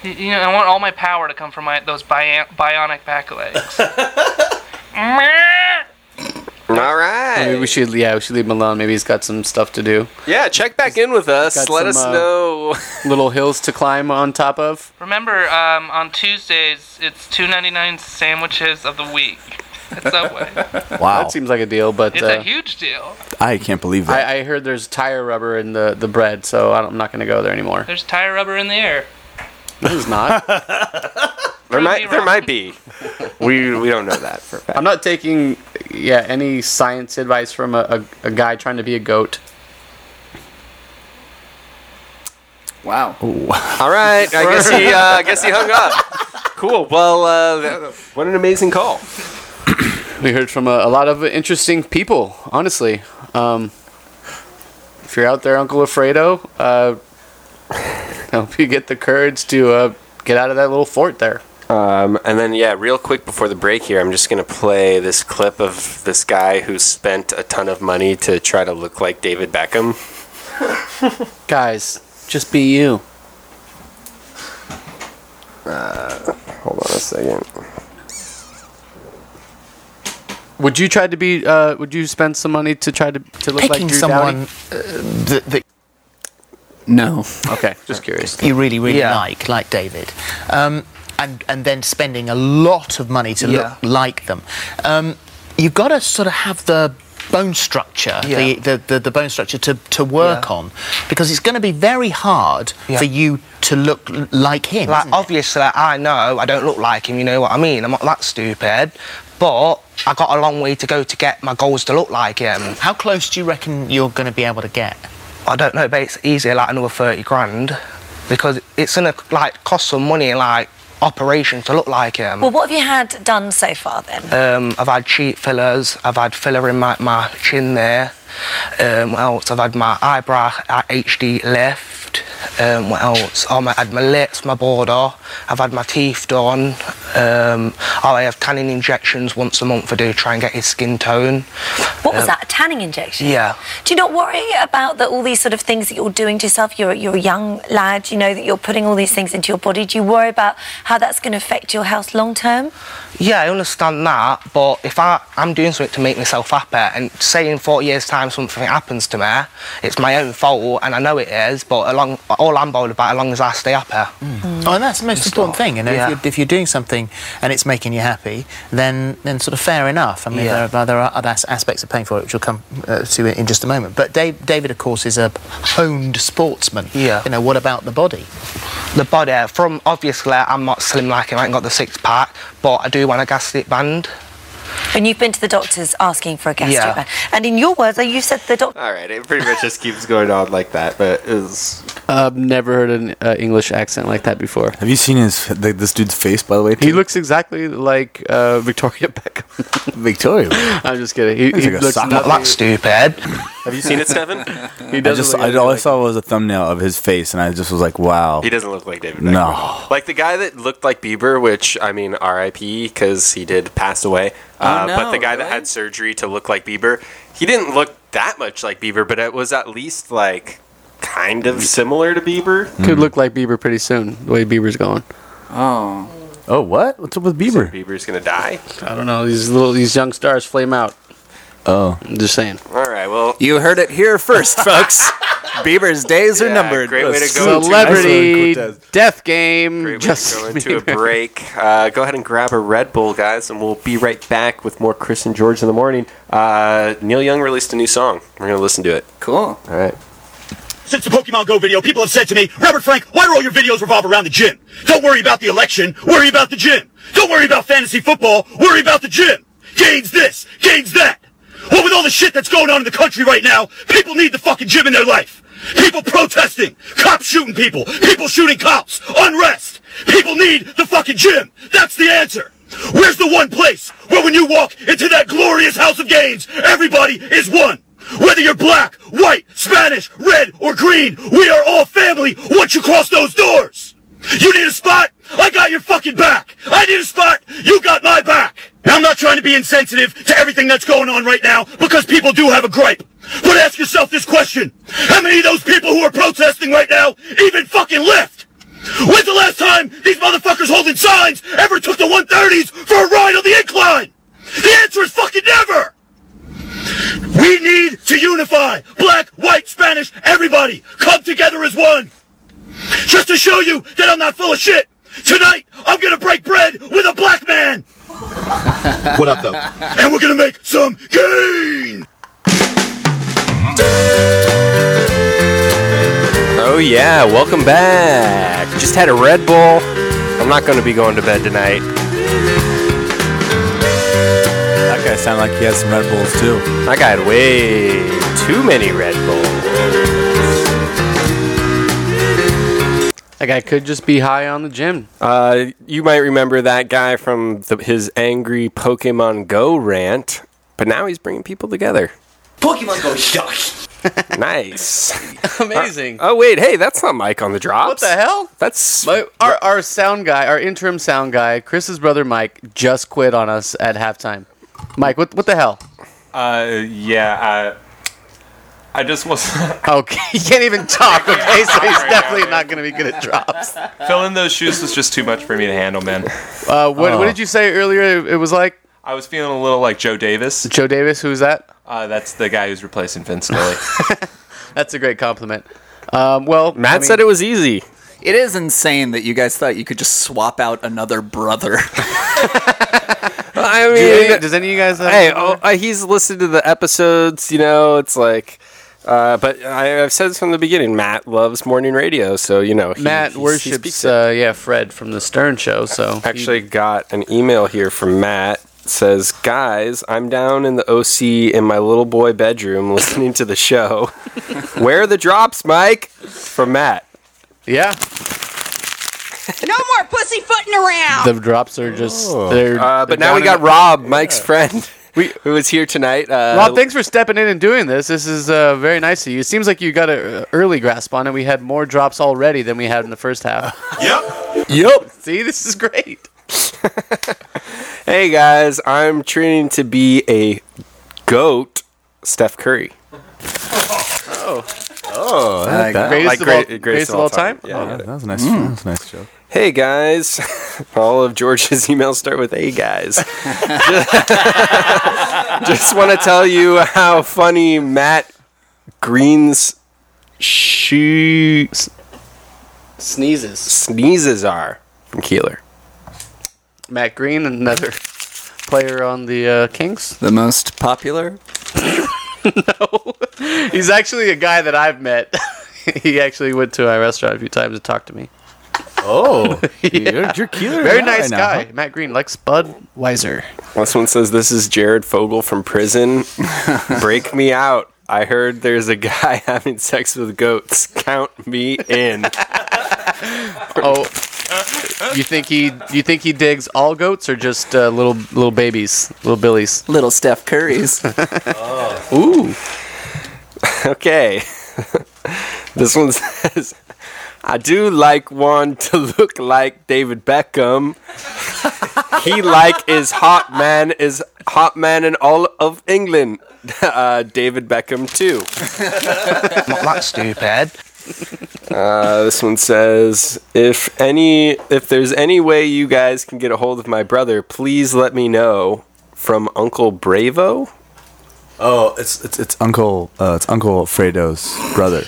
Y- You know, I want all my power to come from my those bion- bionic back legs. All right. Maybe we should, yeah, we should leave him alone. Maybe he's got some stuff to do. Yeah, check back in with us. Got Let some, us uh, know. Little hills to climb on top of. Remember, um, on Tuesdays it's two ninety nine sandwiches of the week at Subway. Wow, that seems like a deal, but it's uh, a huge deal. I can't believe that. I, heard there's tire rubber in the, the bread, so I don't- I'm not going to go there anymore. There's tire rubber in the air. There's not. there might there might be. We we don't know that for a fact. I'm not taking yeah any science advice from a, a, a guy trying to be a goat. Wow. All right. I guess he uh, I guess he hung up. Cool. Well, uh, that- what an amazing call. We heard from a, a lot of interesting people, honestly. Um, if you're out there, Uncle Alfredo, uh, I hope you get the courage to uh, get out of that little fort there. Um, and then, yeah, real quick before the break here, I'm just going to play this clip of this guy who spent a ton of money to try to look like David Beckham. Guys, just be you. Uh, hold on a second. Would you try to be? Uh, would you spend some money to try to, to look like Picking Drew someone, Downey? Uh, that, that No. Okay, just curious. you really, really Yeah. like, like David, um, and and then spending a lot of money to Yeah. look like them. Um, you've got to sort of have the bone structure, the, Yeah. the, the, the bone structure to, to work Yeah. on, because it's going to be very hard Yeah. for you to look l- like him. Like, obviously, I know I don't look like him, you know what I mean? I'm not that stupid. But I got a long way to go to get my goals to look like him. How close do you reckon you're going to be able to get? I don't know, but it's easy, like another 30 grand. Because it's gonna, like, cost some money, like, operation to look like him. Well, what have you had done so far then? Um, I've had cheek fillers. I've had filler in my, my chin there. Um, what else? I've had my eyebrow uh, HD lift. Um, what else? Um, I've had my lips, my border. I've had my teeth done. Um, oh, I have tanning injections once a month I do try and get his skin tone. What was Um, that? A tanning injection? Yeah. Do you not worry about that? all these sort of things that you're doing to yourself? You're, you're a young lad, you know, that you're putting all these things into your body. Do you worry about how that's going to affect your health long term? Yeah, I understand that, but if I, I'm doing something to make myself happy and say in 40 years' time something happens to me, it's my own fault and I know it is, but along, all I'm bothered about as long as I stay happy. Oh, and that's the most important thing. You know, Mm. Yeah. if, you're, if you're doing something and it's making you happy, then then sort of fair enough. I mean, Yeah. there, are, there are other as- aspects of paying for it, which we'll come uh, to in- in just a moment. But Dave, David, of course, is a honed sportsman. Yeah. You know, what about the body? The body, from obviously, I'm not slim like him, I ain't got the six pack, but I do want a gastric band. And you've been to the doctors asking for a gastric Yeah. band. And in your words, you said the doctor. All right, it pretty much just keeps going on like that, but it's Uh, I've never heard an uh, English accent like that before. Have you seen his the, this dude's face by the way? He looks exactly like uh, Victoria Beckham. Victoria. I'm just kidding. He, He's he like a looks sock. nothing- Not stupid. Have you seen it, Stefan? He I doesn't just look I, all I saw was a thumbnail of his face, and I just was like, wow. He doesn't look like David Beckham. Oh. No. Like the guy that looked like Bieber, which, I mean, RIP, because he did pass away. Uh, Oh, no, but the guy that had surgery to look like Bieber, he didn't look that much like Bieber, but it was at least, like, kind of similar to Bieber. Mm-hmm. Could look like Bieber pretty soon. The way Bieber's going. Oh. Oh, what? What's up with Bieber? Bieber's going to die? I don't know. These little these young stars flame out. Oh, I'm just saying. All right, well. You heard it here first, folks. Bieber's days are Yeah, numbered. great way to go. Celebrity Excellent contest. death game. Great way Justin to go into a Bieber. break. Uh, go ahead and grab a Red Bull, guys, and we'll be right back with more Chris and George in the morning. Uh, Neil Young released a new song. We're going to listen to it. Cool. All right. Since the Pokemon Go video, people have said to me, Robert Frank, why do all your videos revolve around the gym? Don't worry about the election, worry about the gym. Don't worry about fantasy football, worry about the gym. Gains this, gains that. Well, with all the shit that's going on in the country right now, people need the fucking gym in their life. People protesting. Cops shooting people. People shooting cops. Unrest. People need the fucking gym. That's the answer. Where's the one place where when you walk into that glorious house of gains, everybody is one? Whether you're black, white, Spanish, red, or green, we are all family once you cross those doors. You need a spot? I got your fucking back. I need a spot? You got my back. And I'm not trying to be insensitive to everything that's going on right now because people do have a gripe. But ask yourself this question. How many of those people who are protesting right now even fucking left? When's the last time these motherfuckers holding signs ever took the 130s for a ride on the incline? The answer is fucking never! We need to unify. Black, white, Spanish, everybody. Come together as one. Just to show you that I'm not full of shit. Tonight, I'm gonna break bread with a black man. What up, though? And we're gonna make some gain. Oh yeah, welcome back. Just had a Red Bull. I'm not going to be going to bed tonight. That guy sounded like he had some Red Bulls too. That guy had way too many Red Bulls. That guy could just be high on the gym. Uh, you might remember that guy from the, his angry Pokemon Go rant, but now he's bringing people together. Pokemon Go sucks. nice. Amazing. oh wait, hey, that's not Mike on the drops. What the hell? That's My, our our sound guy, our interim sound guy, Chris's brother Mike, just quit on us at halftime. Mike, what what the hell? Uh, yeah, I, I just wasn't. Okay, he can't even talk. Okay, so he's definitely not going to be good at drops. Filling those shoes was just too much for me to handle, man. Uh, what what did you say earlier? It, it was like I was feeling a little like Joe Davis. Joe Davis. Who's that? Uh, that's the guy who's replacing Vin Scully. That's a great compliment. Um, well, Matt said it was easy. It is insane that you guys thought you could just swap out another brother. I mean, any- does any of you guys? Have hey, oh, uh, he's listened to the episodes. You know, it's like. Uh, but I, I've said this from the beginning. Matt loves morning radio, so you know. he- Matt he- he worships, speaks it. uh, yeah, Fred from the Stern Show. So actually got an email here from Matt. Says, guys, I'm down in the OC in my little boy bedroom listening to the show. Where are the drops, Mike? From Matt. Yeah. No more pussyfooting around. The drops are just. They're, Uh, they're but now we down got in- Rob, Mike's friend, who is here tonight. Uh, Rob, thanks for stepping in and doing this. This is uh, very nice of you. It seems like you got an early grasp on it. We had more drops already than we had in the first half. yep. Yep. See, this is great. Hey guys, I'm training to be a goat, Steph Curry. Oh. Oh, I like that. Greatest Like of all, great- greatest greatest of all time? Yeah, Oh, I got that it. was a nice. Mm. That was a nice joke. Hey guys, all of George's emails start with "Hey guys." Just want to tell you how funny Matt Green's shoes sneezes sneezes are from Keeler. Matt Green, another player on the uh, Kings. the most popular. He's actually a guy that I've met. he actually went to my restaurant a few times to talk to me. Oh, yeah. you're, you're Keeler. Very now nice right now, guy, Matt Green, like Spud Weiser. This one says, "This is Jared Fogle from prison. Break me out." I heard there's a guy having sex with goats. Count me in. Oh, you think he? You think he digs all goats or just uh, little little babies, little billies, little Steph Currys? Ooh. Okay. this one says, "I do like one to look like David Beckham. he like is hot man is hot man in all of England. Uh, David Beckham too." Not that stupid. Uh, this one says, "If any, if there's any way you guys can get a hold of my brother, please let me know." From Uncle Bravo. Oh, it's it's it's Uncle uh, it's Uncle Fredo's brother,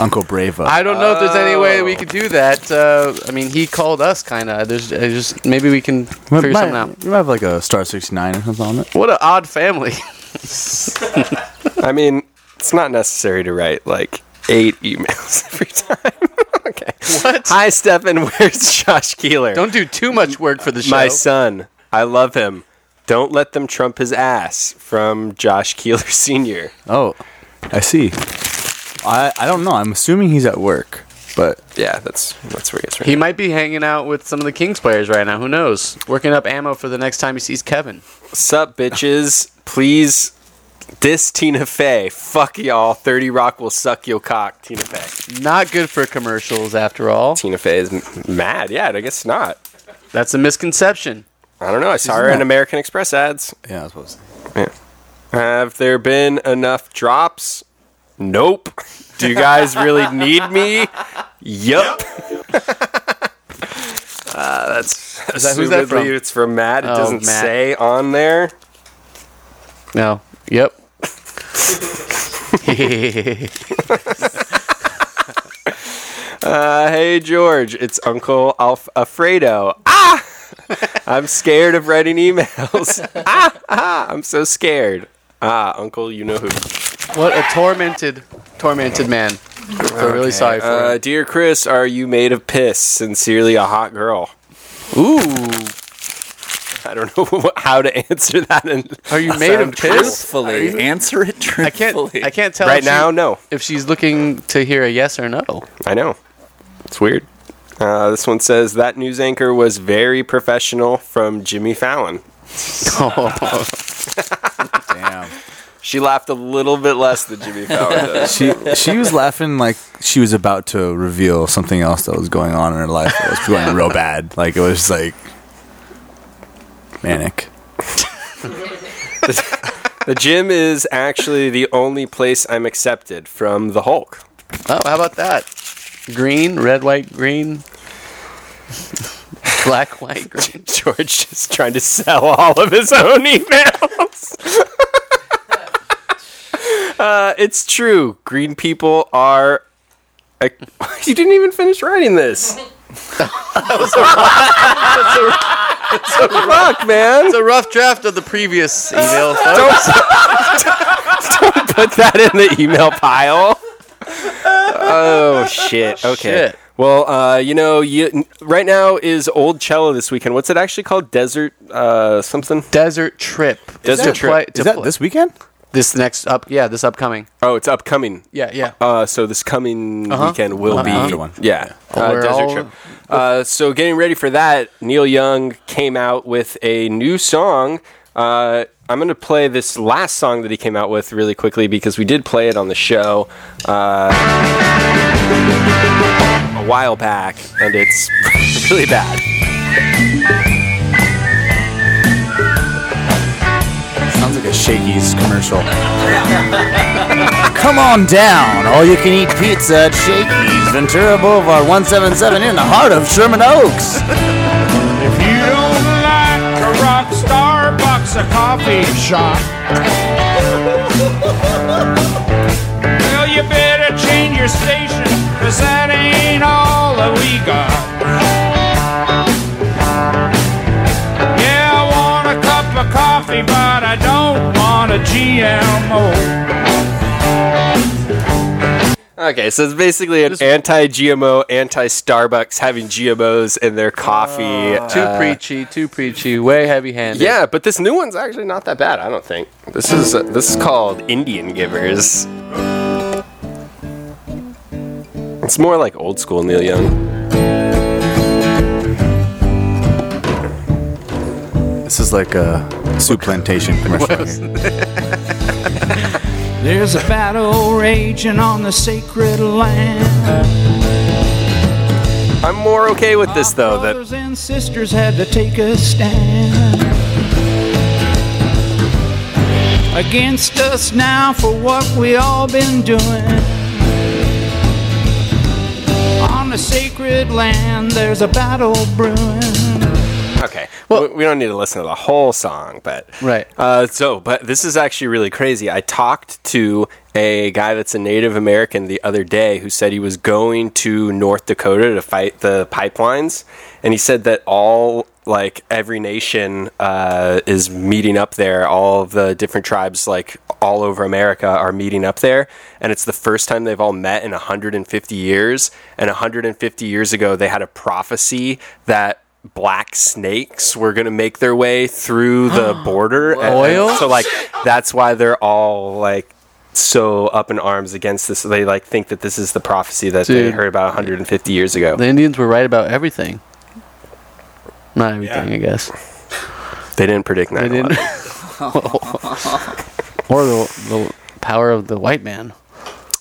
Uncle Bravo. I don't know if there's any way we could Oh. do that. Uh, I mean, he called us kind of. There's uh, just maybe we can might, figure something out. might- You might have like a star sixty nine or something on it. What an odd family. I mean, it's not necessary to write like eight emails every time. okay. What? Hi, Stefan. Where's Josh Keeler? Don't do too much work for the show. My son. I love him. Don't let them Oh. trump his ass. From Josh Keeler Senior. Oh, I see. I, I don't know. I'm assuming he's at work, but yeah, that's that's where he is right He might be hanging out with some of the Kings players right now. Who knows? Working up ammo for the next time he sees Kevin. Sup, bitches? Please, this Tina Fey. Fuck y'all. Thirty Rock will suck your cock, Tina Fey. Not good for commercials, after all. Tina Fey is m- mad. Yeah, I guess not. That's a misconception. I don't know. I saw She's her in not. American Express ads. Yeah, I suppose. Yeah. Have there been enough drops? Nope. Do you guys really need me? Yup. uh, that's Is that- who's assumedly that from? it's from Matt. It Oh, doesn't Matt. say on there. No. Yep. Uh, hey George, it's Uncle Alf- Alfredo. Ah, I'm scared of writing emails. ah, ah, I'm so scared. Ah, Uncle, you know who. what a tormented, tormented man. I feel really Okay. sorry for uh, him. Dear Chris, are you made of piss? Sincerely, a hot girl. Ooh. I don't know wh- how to answer that. And Are you made of piss? Are you- Truthfully, answer it I can't. truthfully. I can't tell right if she- now. No, if she's looking to hear a yes or no. I know. It's weird. Uh, this one says that news anchor was very professional from Jimmy Fallon. Damn. She laughed a little bit less than Jimmy Oh, Fallon does. she she was laughing like she was about to reveal something else that was going on in her life. It was going real bad. Like it was just like manic. the gym is actually the only place I'm accepted from the Hulk. Oh, how about that? Green, red, white, green, black, white, green. George just trying to sell all of his own emails. uh, it's true. Green people are. I, you didn't even finish writing this. It's a rock, man. It's a rough draft of the previous email. Don't put that in the email pile. Oh shit. Okay. Shit. Well, uh, you know, you, right now is Old Cello this weekend. What's it actually called? Desert uh, something? Desert Trip. Desert Trip. weekend? This next up, yeah, this upcoming. Oh, it's upcoming. Yeah, yeah. Uh, so this coming Uh-huh. weekend will Uh-huh. be Another one. Yeah, Yeah. Uh, We're desert all- trip. Uh, so getting ready for that, Neil Young came out with a new song. Uh, I'm going to play this last song that he came out with really quickly because we did play it on the show uh, a while back, and it's really bad. Sounds like a Shakey's commercial. Come on down, all you can eat pizza at Shakey's, Ventura Boulevard 177 in the heart of Sherman Oaks. If you don't like a rock, Starbucks a coffee shop. Well, you better change your station, cause that ain't all that we got. Yeah, I want a cup of coffee, but I don't want a GMO. Okay, so it's basically an anti-GMO, anti-Starbucks having GMOs in their coffee. Oh. Too uh, preachy, too preachy, way heavy-handed. Yeah, but this new one's actually not that bad. I don't think. This is uh, this is called Indian Givers. It's more like old school Neil Young. This is like a soup plantation commercial. There's a battle raging on the sacred land. I'm more okay with this though. That Brothers and sisters had to take a stand against us now for what we all been doing. On the sacred land, there's a battle brewing. okay. Well, we don't need to listen to the whole song, but right. Uh, so, but this is actually really crazy. I talked to a guy that's a Native American the other day who said he was going to North Dakota to fight the pipelines, and he said that all like every nation uh, is meeting up there. All of the different tribes, like all over America, are meeting up there, and it's the first time they've all met in 150 years. And 150 years ago, they had a prophecy that black snakes were going to make their way through the border. and- and Oil? so like that's why they're all like so up in arms against this. They like think that this is the prophecy that they Dude. heard about 150 years ago. The Indians were right about everything. Not everything, I guess. They didn't predict 9 didn't. or the, the power of the white man.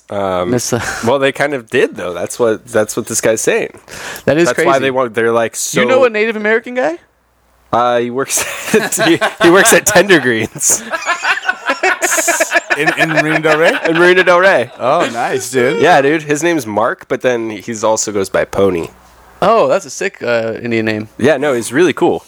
Um, Miss, uh, well, they kind of did though. That's what that's what this guy's saying. That is that's why crazy. they want. They're like so. you know a Native American guy? Uh, he works. At, he, he works at Tender Greens. In, in Marina Del Rey? In Marina Del Rey. Oh, nice, dude. Yeah, dude. His name's Mark, but then he's also goes by Pony. Oh, that's a sick uh, Indian name. Yeah, no, he's really cool.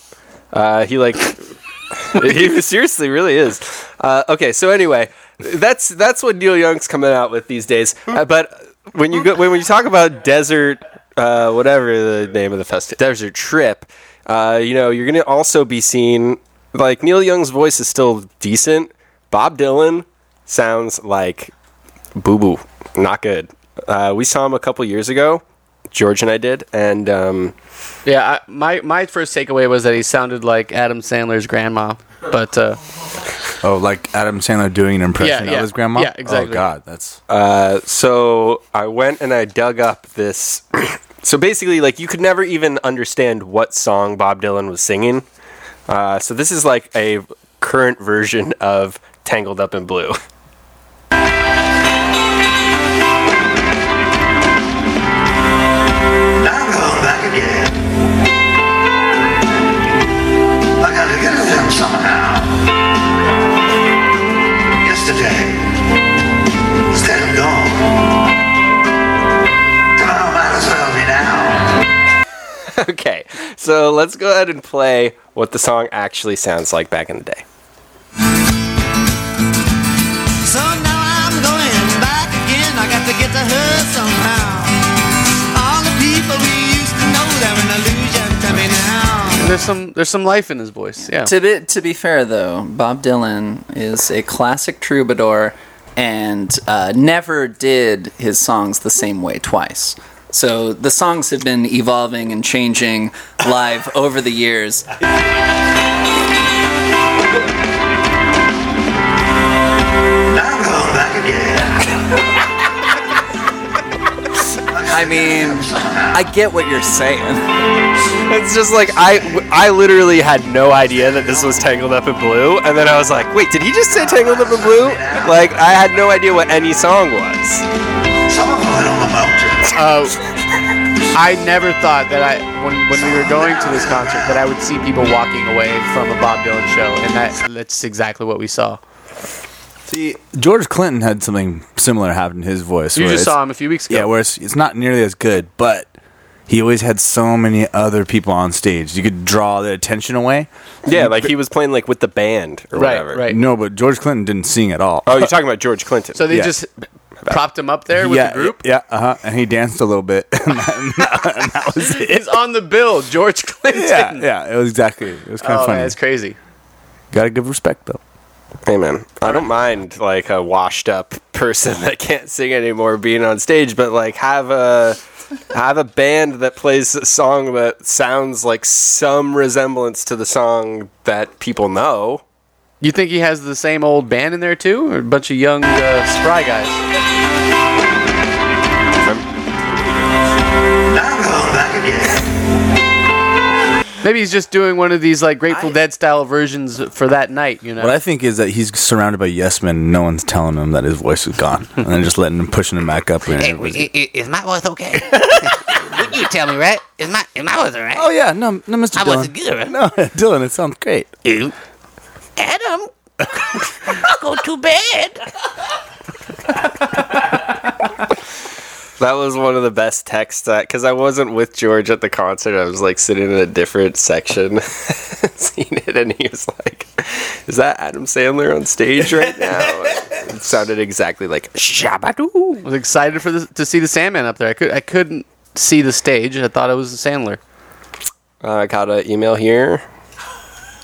Uh, he like he seriously really is. Uh, okay, so anyway, that's that's what Neil Young's coming out with these days. Uh, but when you go when, when you talk about desert, uh, whatever the name of the festival, desert trip, uh, you know you're gonna also be seeing like Neil Young's voice is still decent. Bob Dylan sounds like boo boo, not good. Uh, we saw him a couple years ago. George and I did, and um, Yeah, I, my my first takeaway was that he sounded like Adam Sandler's grandma, but uh, Oh, like Adam Sandler doing an impression yeah. of his grandma? Yeah, exactly. Oh, God, that's. Uh, so I went and I dug up this. so basically, like you could never even understand what song Bob Dylan was singing. Uh, so this is like a current version of "Tangled Up in Blue." Now I'm going back again. I gotta get to them somehow. Yesterday was dead and gone. Tomorrow might as well be now. okay, so let's go ahead and play what the song actually sounds like back in the day. So now I'm going back again. I got to get to her somehow. All the people we used to know, they're an illusion to me now. there's some there's some life in his voice. Yeah. To be to be fair though, Bob Dylan is a classic troubadour and uh, never did his songs the same way twice. So the songs have been evolving and changing live over the years. Now I'm going back again. I mean, I get what you're saying. It's just like I, I literally had no idea that this was "Tangled Up in Blue," and then I was like, "Wait, did he just say "Tangled Up in Blue"?" Like I had no idea what any song was. Uh, I never thought that I when when we were going to this concert that I would see people walking away from a Bob Dylan show, and that that's exactly what we saw. See, George Clinton had something similar happen to his voice. You where just it's- saw him a few weeks ago. Yeah, where it's, it's not nearly as good, but he always had so many other people on stage. You could draw their attention away. Yeah, like he was playing like with the band or Right, whatever. right. No, but George Clinton didn't sing at all. Oh, you're talking about George Clinton. So they Yeah. just propped him up there with yeah, the group. Yeah, uh huh. And he danced a little bit. and that, and that was it. It's on the bill, George Clinton. Yeah, yeah, it was exactly. It was kind Oh, of man, funny. it's crazy. Got to give respect though. Hey man, I don't mind like a washed up person that can't sing anymore being on stage, but like have a have a band that plays a song that sounds like some resemblance to the song that people know. You think he has the same old band in there too, or a bunch of young uh, spry guys? Now I'm going back again. Maybe he's just doing one of these like Grateful Dead style versions for that night. You know. What I think is that he's surrounded by yes men. And no one's telling him that his voice is gone, and then just letting him pushing him back up. And everybody's- is my voice okay? you tell me, right? Is my is my voice all right? Oh yeah, no, no, Mr. I Dylan. wasn't good, right? No, Dylan, it sounds great. Adam, go to bed. That was one of the best texts that because I wasn't with George at the concert. I was like sitting in a different section, seeing it, and he was like, "Is that Adam Sandler on stage right now?" it sounded exactly like Shabadoo. was excited for the, to see the Sandman up there. I could I couldn't see the stage. I thought it was the Sandler. Uh, I got an email here.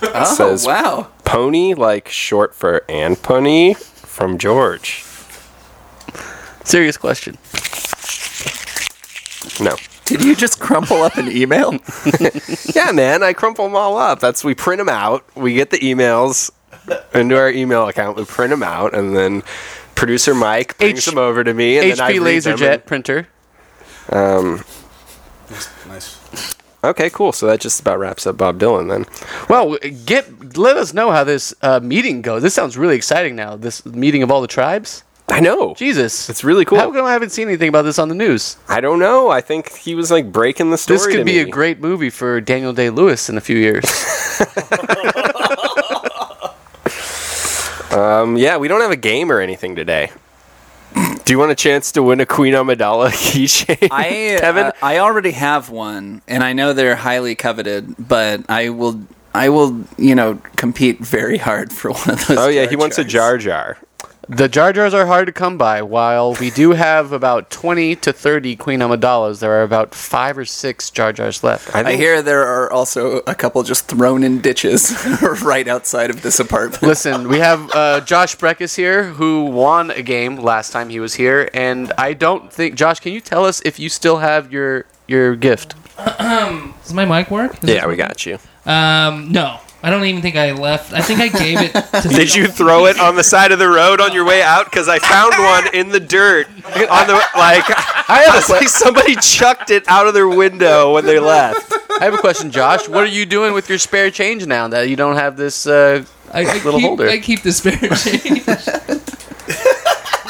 It Oh, wow. Pony, like short for and pony, from George. Serious question. No. Did you just crumple up an email? yeah, man. I crumple them all up. That's we print them out. We get the emails into our email account. We print them out, and then producer Mike brings them over to me, and then I HP read them LaserJet printer. and- um, Nice. okay, cool. So that just about wraps up Bob Dylan then. Well, get let us know how this uh, meeting goes. This sounds really exciting now. This meeting of all the tribes. I know. Jesus, it's really cool. How come I haven't seen anything about this on the news? I don't know. I think he was like breaking the story. This could to be me. a great movie for Daniel Day Lewis in a few years. Um, yeah, we don't have a game or anything today. Do you want a chance to win a Queen Amidala keychain? I Kevin, uh, I already have one, and I know they're highly coveted, but I will I will you know compete very hard for one of those. Oh yeah, he wants a Jar Jar. the Jar Jars are hard to come by. While we do have about twenty to thirty Queen Amidala's, there are about five or six Jar Jars left. I, hear there are also a couple just thrown in ditches right outside of this apartment. Listen, we have uh, Josh Breckus here who won a game last time he was here, and I don't think Josh. Can you tell us if you still have your your gift? Does my mic work? Is Yeah, we got you. it- Um, no, I don't even think I left. I think I gave it. to Did you throw it on the side of the road on your way out? Because I found one in the dirt on the like. I was like somebody chucked it out of their window when they left. I have a question, Josh. What are you doing with your spare change now that you don't have this uh, I, I little keep, holder? I keep the spare change.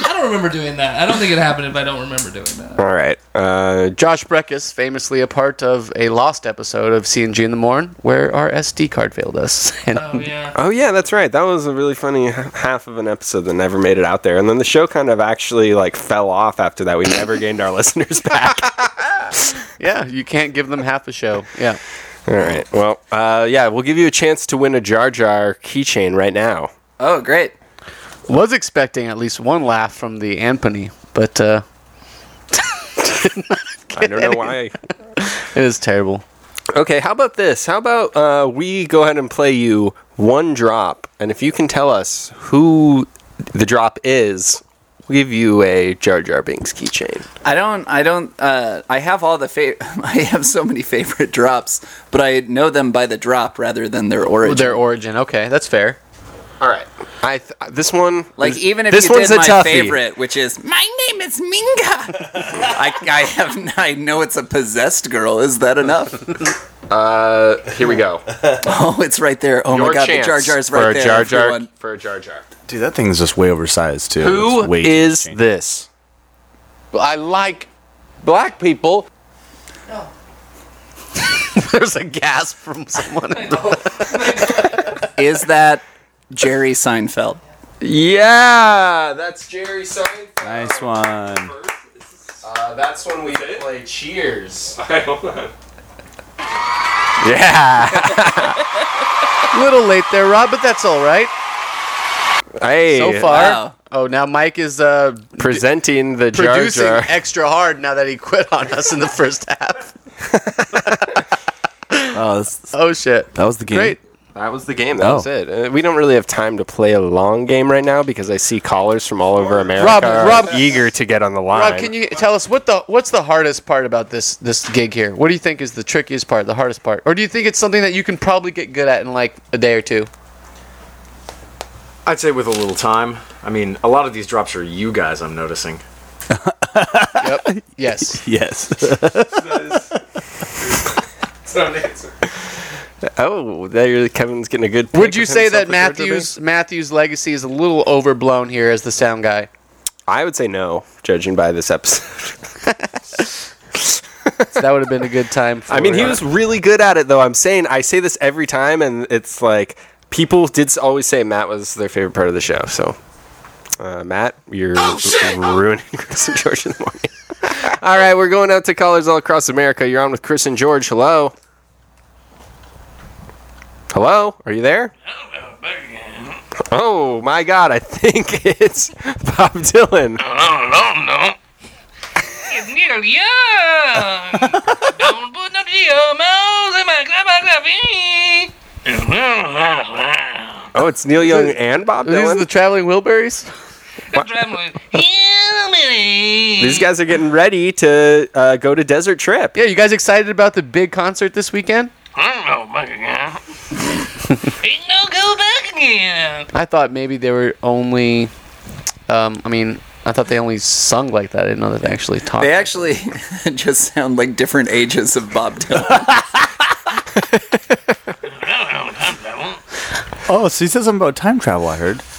I don't remember doing that. I don't think it happened if I don't remember doing that. All right. Uh, Josh Breckus, famously a part of a lost episode of CNG in the Morn, where our SD card failed us. And Oh yeah, that's right. That was a really funny h- half of an episode that never made it out there, and then the show kind of actually like fell off after that. We never gained our listeners back. yeah, you can't give them half a show. Yeah. All right. Well, uh, yeah, we'll give you a chance to win a Jar Jar keychain right now. Oh, great. Was expecting at least one laugh from the Anthony, but uh, I don't know why. it is terrible. Okay, how about this? How about uh, we go ahead and play you one drop, and if you can tell us who the drop is, we'll give you a Jar Jar Binks keychain. I don't. I don't. Uh, I have all the fav. I have so many favorite drops, but I know them by the drop rather than their origin. Their origin. Okay, that's fair. All right. I th- this one. Like this- even if this you one's did a my toughie. favorite, which is My name is Minga. I, I have. I know it's a possessed girl. Is that enough? uh, here we go. Oh, it's right there. Oh Your my god, the chance Jar Jar's for right a there. Jar Jar- everyone. for a Jar Jar. Dude, that thing's just way oversized too. Who It's way too is changed. this? I like black people. There's a gasp from someone. Is that Jerry Seinfeld? Yeah, Ah, that's Jerry Seinfeld. Nice one. Uh, that's when we play Cheers. Yeah. Little late there, Rob, but that's all right. Hey, uh, So far. Oh, now Mike is uh, presenting the Jar producing Jar. extra hard now that he quit on us in the first half. Oh, oh shit! That was the game. Great. That was the game. That Oh. was it. Uh, we don't really have time to play a long game right now because I see callers from all over America Rob- are Rob- eager to get on the line. Rob, can you tell us what the what's the hardest part about this this gig here? What do you think is the trickiest part, the hardest part, or do you think it's something that you can probably get good at in like a day or two? I'd say with a little time. I mean, a lot of these drops are you guys. I'm noticing. yep. Yes. Yes. oh, there, Kevin's getting a good. pick Would you of say himself that with Jar Jar Binks. Matthews Matthews' legacy is a little overblown here as the sound guy? I would say no, judging by this episode. that would have been a good time. For I mean, he was really good at it, though. I'm saying I say this every time, and it's like people did s- always say Matt was their favorite part of the show. So, uh, Matt, you're Oh, ruining Chris and George in the morning. all right, we're going out to callers all across America. You're on with Chris and George. Hello. Hello, are you there? Oh my God, I think it's Bob Dylan. no, no. It's neither young. Don't put no GMOs in my cup of coffee. Oh, it's Neil Young and Bob These are Dylan. the traveling Wilburys. These guys are getting ready to uh, go to Desert Trip. Yeah, you guys excited about the big concert this weekend? Ain't no go back again. I thought maybe there were only Um, I mean, I thought they only sung like that. I didn't know that they actually talked. They actually just sound like different ages of Bob Dylan. Oh, so he said something about time travel. I heard.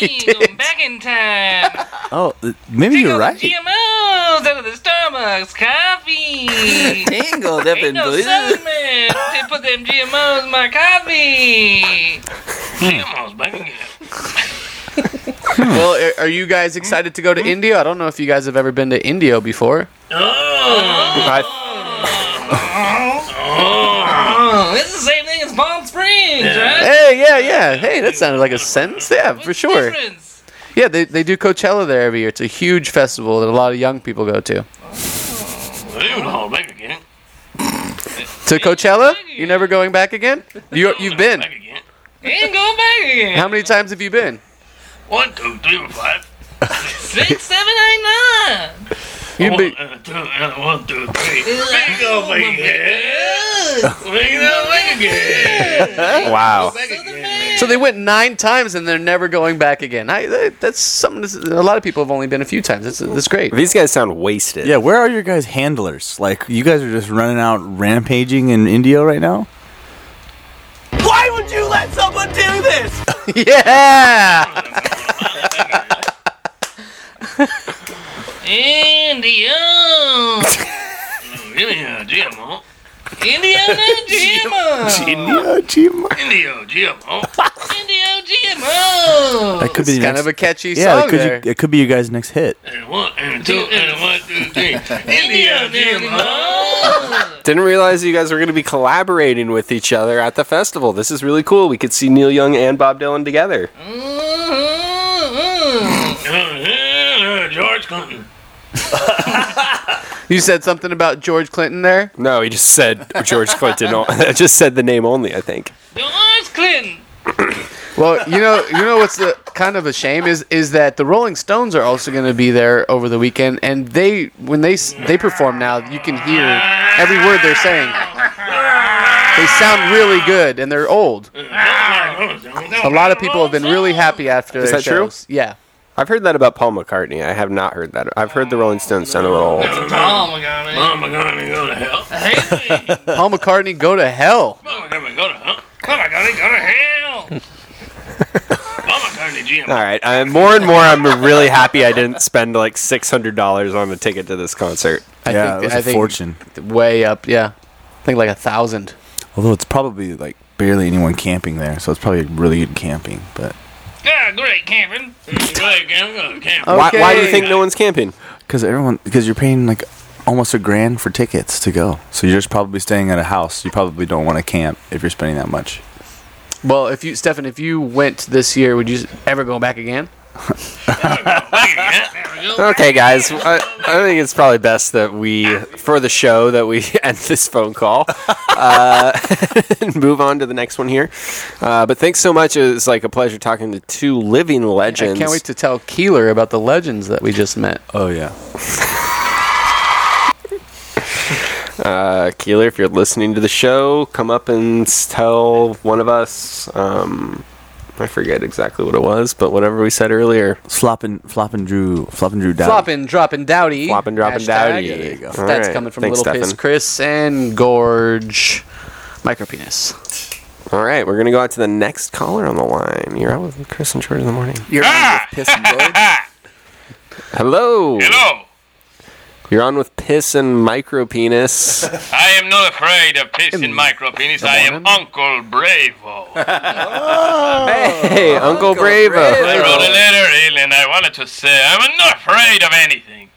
Going back in time. Oh, th- maybe you're right. GMOs out of the Starbucks coffee. Tangled up in Ain't no blue. sun, man. They put them GMOs in my coffee. GMOs back again. well, are, are you guys excited to go to India? I don't know if you guys have ever been to India before. Oh, it's the same thing as Palm Springs, right? Hey, yeah, yeah. Hey, that sounded like a sentence. Yeah, for sure. Difference. Yeah, they, they do Coachella there every year. It's a huge festival that a lot of young people go to. GMOs back again. To Coachella? You're never going back again? You, you've been. Ain't going back again. How many times have you been? One, two, three, four, five, six, seven, eight, nine. You've been. Uh, two, uh, one, two, three. Bingo, bingo. Bingo, bingo. Wow. Bingo, bingo. So they went nine times and they're never going back again. I, that, that's something that's, a lot of people have only been a few times. That's, that's great. These guys sound wasted. Yeah, where are your guys' handlers? Like, you guys are just running out rampaging in India right now? Why would you let someone do this? yeah! India. India, GMO. India, GMO. India, GMO. India, GMO. India, GMO. That could be the kind next- of a catchy yeah, song It could, there. You, it could be your guys' next hit. And one, and two, and one, two, three. India, GMO. Didn't realize you guys were going to be collaborating with each other at the festival. This is really cool. We could see Neil Young and Bob Dylan together. Mm-hmm. George Clinton. You said something about George Clinton there? No, he just said Uh, George Clinton. o- just said the name only, I think. George Clinton. Well, you know, you know what's the kind of a shame is is that the Rolling Stones are also going to be there over the weekend, and they when they s- they perform now, you can hear every word they're saying. They sound really good, and they're old. Mm-hmm. A lot of people have been really happy after Is their that true? shows. Yeah. I've heard that about Paul McCartney. I have not heard that. I've heard the Rolling Stones sound a little old. Mom, I got it. Mom, I got it. Go to hell. Oh, Hey, Paul McCartney, go to Oh. hell. Mom, I got it. Go to hell. Mom, I got it. Go to hell. Mom, I got it. GMO. All right. I'm, more and more, I'm really happy I didn't spend like $600 on a ticket to this concert. I think, I think Way up, yeah. I think like a thousand. Although it's probably, like, barely anyone camping there, so it's probably really good camping, but. Yeah, great camping. Great camping. Camp. Why, why do you think no one's camping? Because everyone, because you're paying like almost a grand for tickets to go, so you're just probably staying at a house. You probably don't want to camp if you're spending that much. Well, if you, Stefan, if you went this year, would you s- ever go back again? Okay, guys. I, I think it's probably best that we, for the show, that we end this phone call uh, and move on to the next one here. Uh, but thanks so much. It was like a pleasure talking to two living legends. I can't wait to tell Keeler about the legends that we just met. Oh yeah. Uh, Keeler, if you're listening to the show, come up and s- tell one of us. Um, I forget exactly what it was, but whatever we said earlier. Flopping, flopping, Drew, flopping, Drew, down. Flopping, dropping, dowdy. Flopping, dropping, dowdy. There you go. That's All right. coming from Thanks, Little Piss Stefan. Chris and Gorge Micropenis. All right, we're gonna go out to the next caller on the line. You're out with Chris and George in the morning. You're ah! Piss and Gorge? Hello. Hello. You're on with piss and micro penis. I am not afraid of piss in micro penis. I am Uncle Bravo. hey, Uncle, Bravo. I wrote a letter, Ian, and I wanted to say I'm not afraid of anything.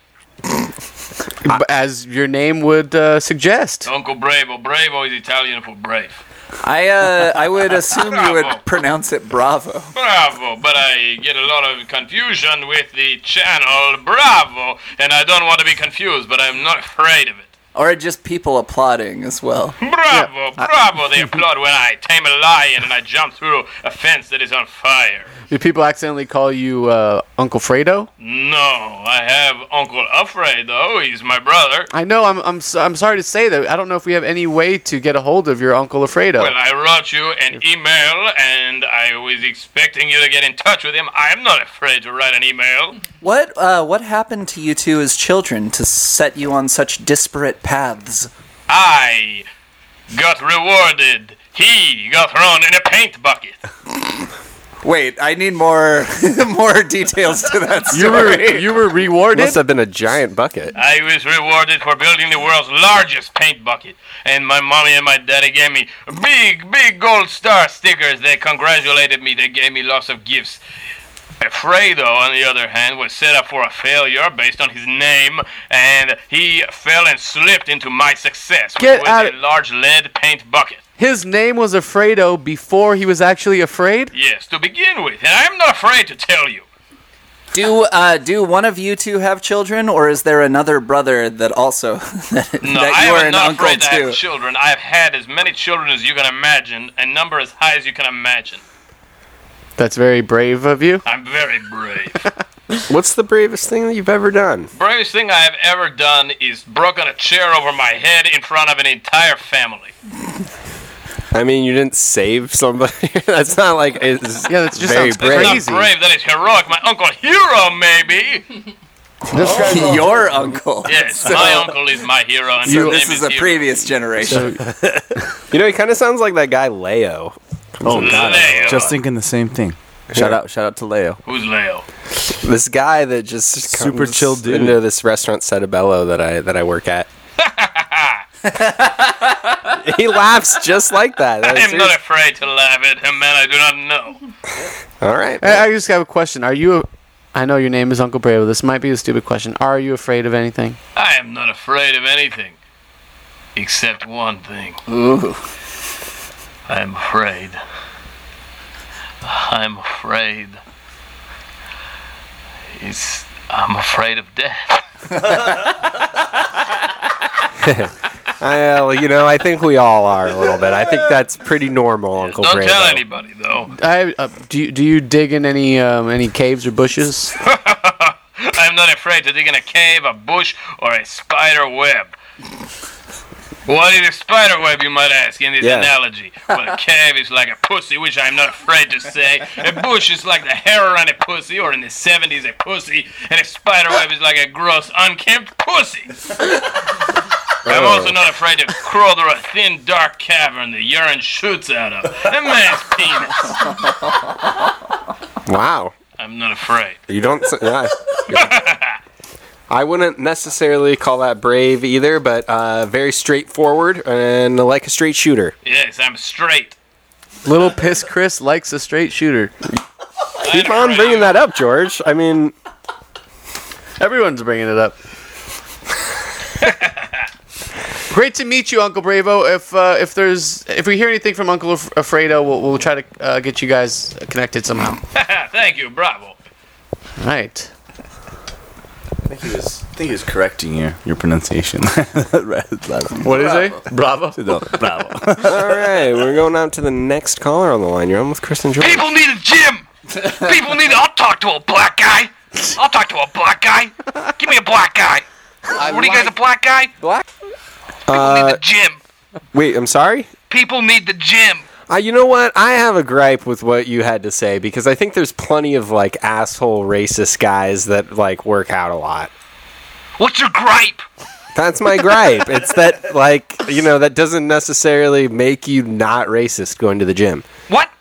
B- As your name would uh, suggest. Uncle Bravo. Bravo is Italian for brave. I uh, I would assume you would pronounce it Bravo. Bravo, but I get a lot of confusion with the channel Bravo, and I don't want to be confused, but I'm not afraid of it. Or just people applauding as well. Bravo, bravo, they applaud when I tame a lion and I jump through a fence that is on fire. Do people accidentally call you uh, Uncle Fredo? No, I have Uncle Alfred, though. He's my brother. I know. I'm I'm so, I'm sorry to say that. I don't know if we have any way to get a hold of your Uncle Alfredo. Well, I wrote you an email, and I was expecting you to get in touch with him. I'm not afraid to write an email. What uh, what happened to you two as children to set you on such disparate paths? I got rewarded. He got thrown in a paint bucket. Wait, I need more more details to that You were- story. you were rewarded. Must have been a giant bucket. I was rewarded for building the world's largest paint bucket, and my mommy and my daddy gave me big, big gold star stickers. They congratulated me. They gave me lots of gifts. Fredo, on the other hand, was set up for a failure based on his name, and he fell and slipped into my success, which Get was out a of- large lead paint bucket. His name was Alfredo before he was actually afraid. Yes, to begin with, and I'm not afraid to tell you. Do uh, do one of you two have children, or is there another brother that also that, No, that I you are am an not uncle afraid to too? have children. I have had as many children as you can imagine, a number as high as you can imagine. That's very brave of you. I'm very brave. What's the bravest thing that you've ever done? Bravest thing I have ever done is broken a chair over my head in front of an entire family. I mean, you didn't save somebody. that's not like it's yeah. That's just very That's brave. not brave. That is heroic. My uncle hero, maybe. Oh. Oh. Your uncle. Yes, So- my uncle is my hero, and so his this name is a hero. previous generation. you know, he kind of sounds like that guy Leo. Oh, God. Leo. Just thinking the same thing. Shout Yeah. out, shout out to Leo. Who's Leo? This guy that just Super comes chill dude. into this restaurant Setabello that I that I work at. he laughs just like that. I That's am not serious. afraid to laugh at him, man. I do not know. All right. I, I just have a question. Are you? I know your name is Uncle Bravo. This might be a stupid question. Are you afraid of anything? I am not afraid of anything, except one thing. Ooh. I am afraid. I'm afraid. It's. I'm afraid of death. I, uh, well, you know, I think we all are a little bit. I think that's pretty normal, Uncle Don't Brando. tell anybody, though. I uh, do. You, do you dig in any um, any caves or bushes? I'm not afraid to dig in a cave, a bush, or a spider web. What is a spider web, you might ask, in this Yeah. analogy? Well, a cave is like a pussy, which I'm not afraid to say. A bush is like the hair on a pussy, or in the 70s, a pussy. And a spider web is like a gross, unkempt pussy. I'm Oh. also not afraid to crawl through a thin, dark cavern the urine shoots out of. A man's penis. Wow. I'm not afraid. You don't. s- Yeah. I wouldn't necessarily call that brave either, but uh, very straightforward and like a straight shooter. Yes, I'm straight. Little piss Chris likes a straight shooter. Keep on bringing that up, George. I mean, everyone's bringing it up. Great to meet you, Uncle Bravo. If uh, if there's if we hear anything from Uncle Af- Alfredo, we'll, we'll try to uh, get you guys connected somehow. Thank you, bravo. All right. I think he was, I think he was correcting you, your pronunciation. Uh, what What is it? Bravo. No, bravo. All right, we're going on to the next caller on the line. You're on with Kristen George. People need a gym. People need. I'll talk to a black guy. I'll talk to a black guy. Give me a black guy. what do you guys, a black guy? Black. Uh, Gym. wait, I'm sorry. People need the gym. Uh, you know what? I have a gripe with what you had to say because I think there's plenty of like asshole racist guys that like work out a lot. What's your gripe? That's my gripe. It's that like you know that doesn't necessarily make you not racist going to the gym. What?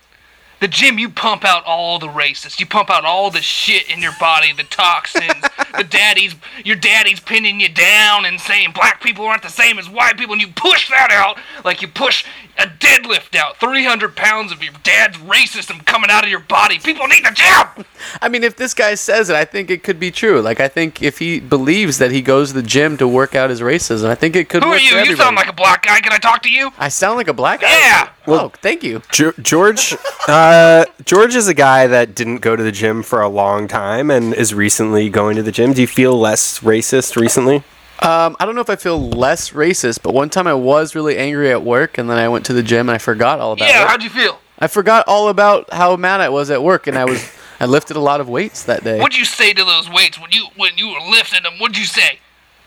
The gym, you pump out all the racists. You pump out all the shit in your body, the toxins, the daddies. Your daddy's pinning you down and saying black people aren't the same as white people, and you push that out like you push a deadlift out. 300 pounds of your dad's racism coming out of your body. People need the gym. I mean, if this guy says it, I think it could be true. Like, I think if he believes that he goes to the gym to work out his racism, I think it could. Who are work you? For You sound everybody. like a black guy. Can I talk to you? I sound like a black guy. Yeah. Well, thank you. Ge- George, uh, George is a guy that didn't go to the gym for a long time and is recently going to the gym. Do you feel less racist recently? Um, I don't know if I feel less racist, but one time I was really angry at work, and then I went to the gym and I forgot all about Yeah. it. How'd you feel? I forgot all about how mad I was at work, and I was I lifted a lot of weights that day. What'd you say to those weights when you when you were lifting them? What'd you say?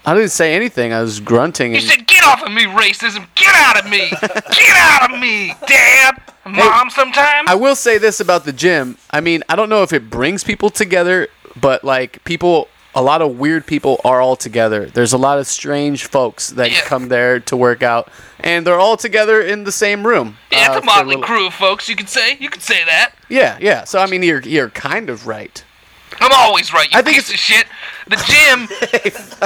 I didn't say anything. I was grunting. You And said, "Get off of me, racism! Get out of me! Get out of me, Dad, Mom." sometimes. I will say this about the gym. I mean, I don't know if it brings people together, but like people, a lot of weird people are all together. There's a lot of strange folks that come there to work out, and they're all together in the same room. Yeah, uh, it's a for motley little- crew, folks. You could say you could say that. Yeah, yeah. So I mean, you're you're kind of right. I'm always right. You I think piece of shit. The gym,